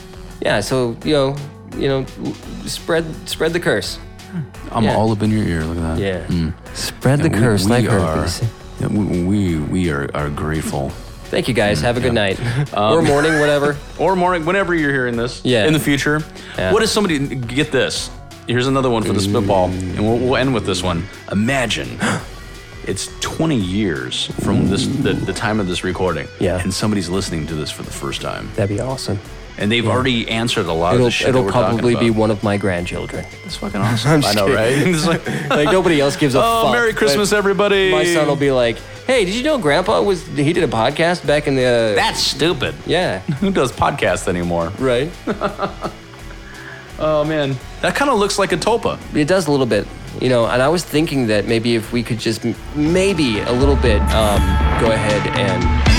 B: yeah. So you know, you know, spread spread the curse.
A: I'm
B: Yeah.
A: all up in your ear. Look at that.
B: Yeah, spread the curse like herpes.
A: yeah, we, we we are are grateful.
B: Thank you guys. Have a good night Um, or morning, whatever.
A: Or morning, whenever you're hearing this.
B: Yeah.
A: In the future,
B: Yeah.
A: what is somebody? Get this. Here's another one for the spitball, and we'll, we'll end with this one. Imagine. It's 20 years from this the, the time of this recording,
B: Yeah.
A: and somebody's listening to this for the first time,
B: That'd be awesome.
A: and they've already answered a lot of Oh,
B: It'll
A: the shit that
B: it'll
A: we're talking
B: probably be
A: about.
B: one of my grandchildren.
A: It's fucking awesome. I know, right? It's like,
B: Like nobody else gives a
A: oh,
B: fuck.
A: Merry
B: but-
A: Christmas, everybody!
B: My son will be like, "Hey, did you know Grandpa was he did a podcast back in the uh,
A: That's stupid.
B: yeah
A: Who does podcasts anymore?
B: right?
A: Oh man, that kind of looks like a tulpa.
B: It does a little bit, you know. And I was thinking that maybe if we could just m- maybe a little bit um, go ahead and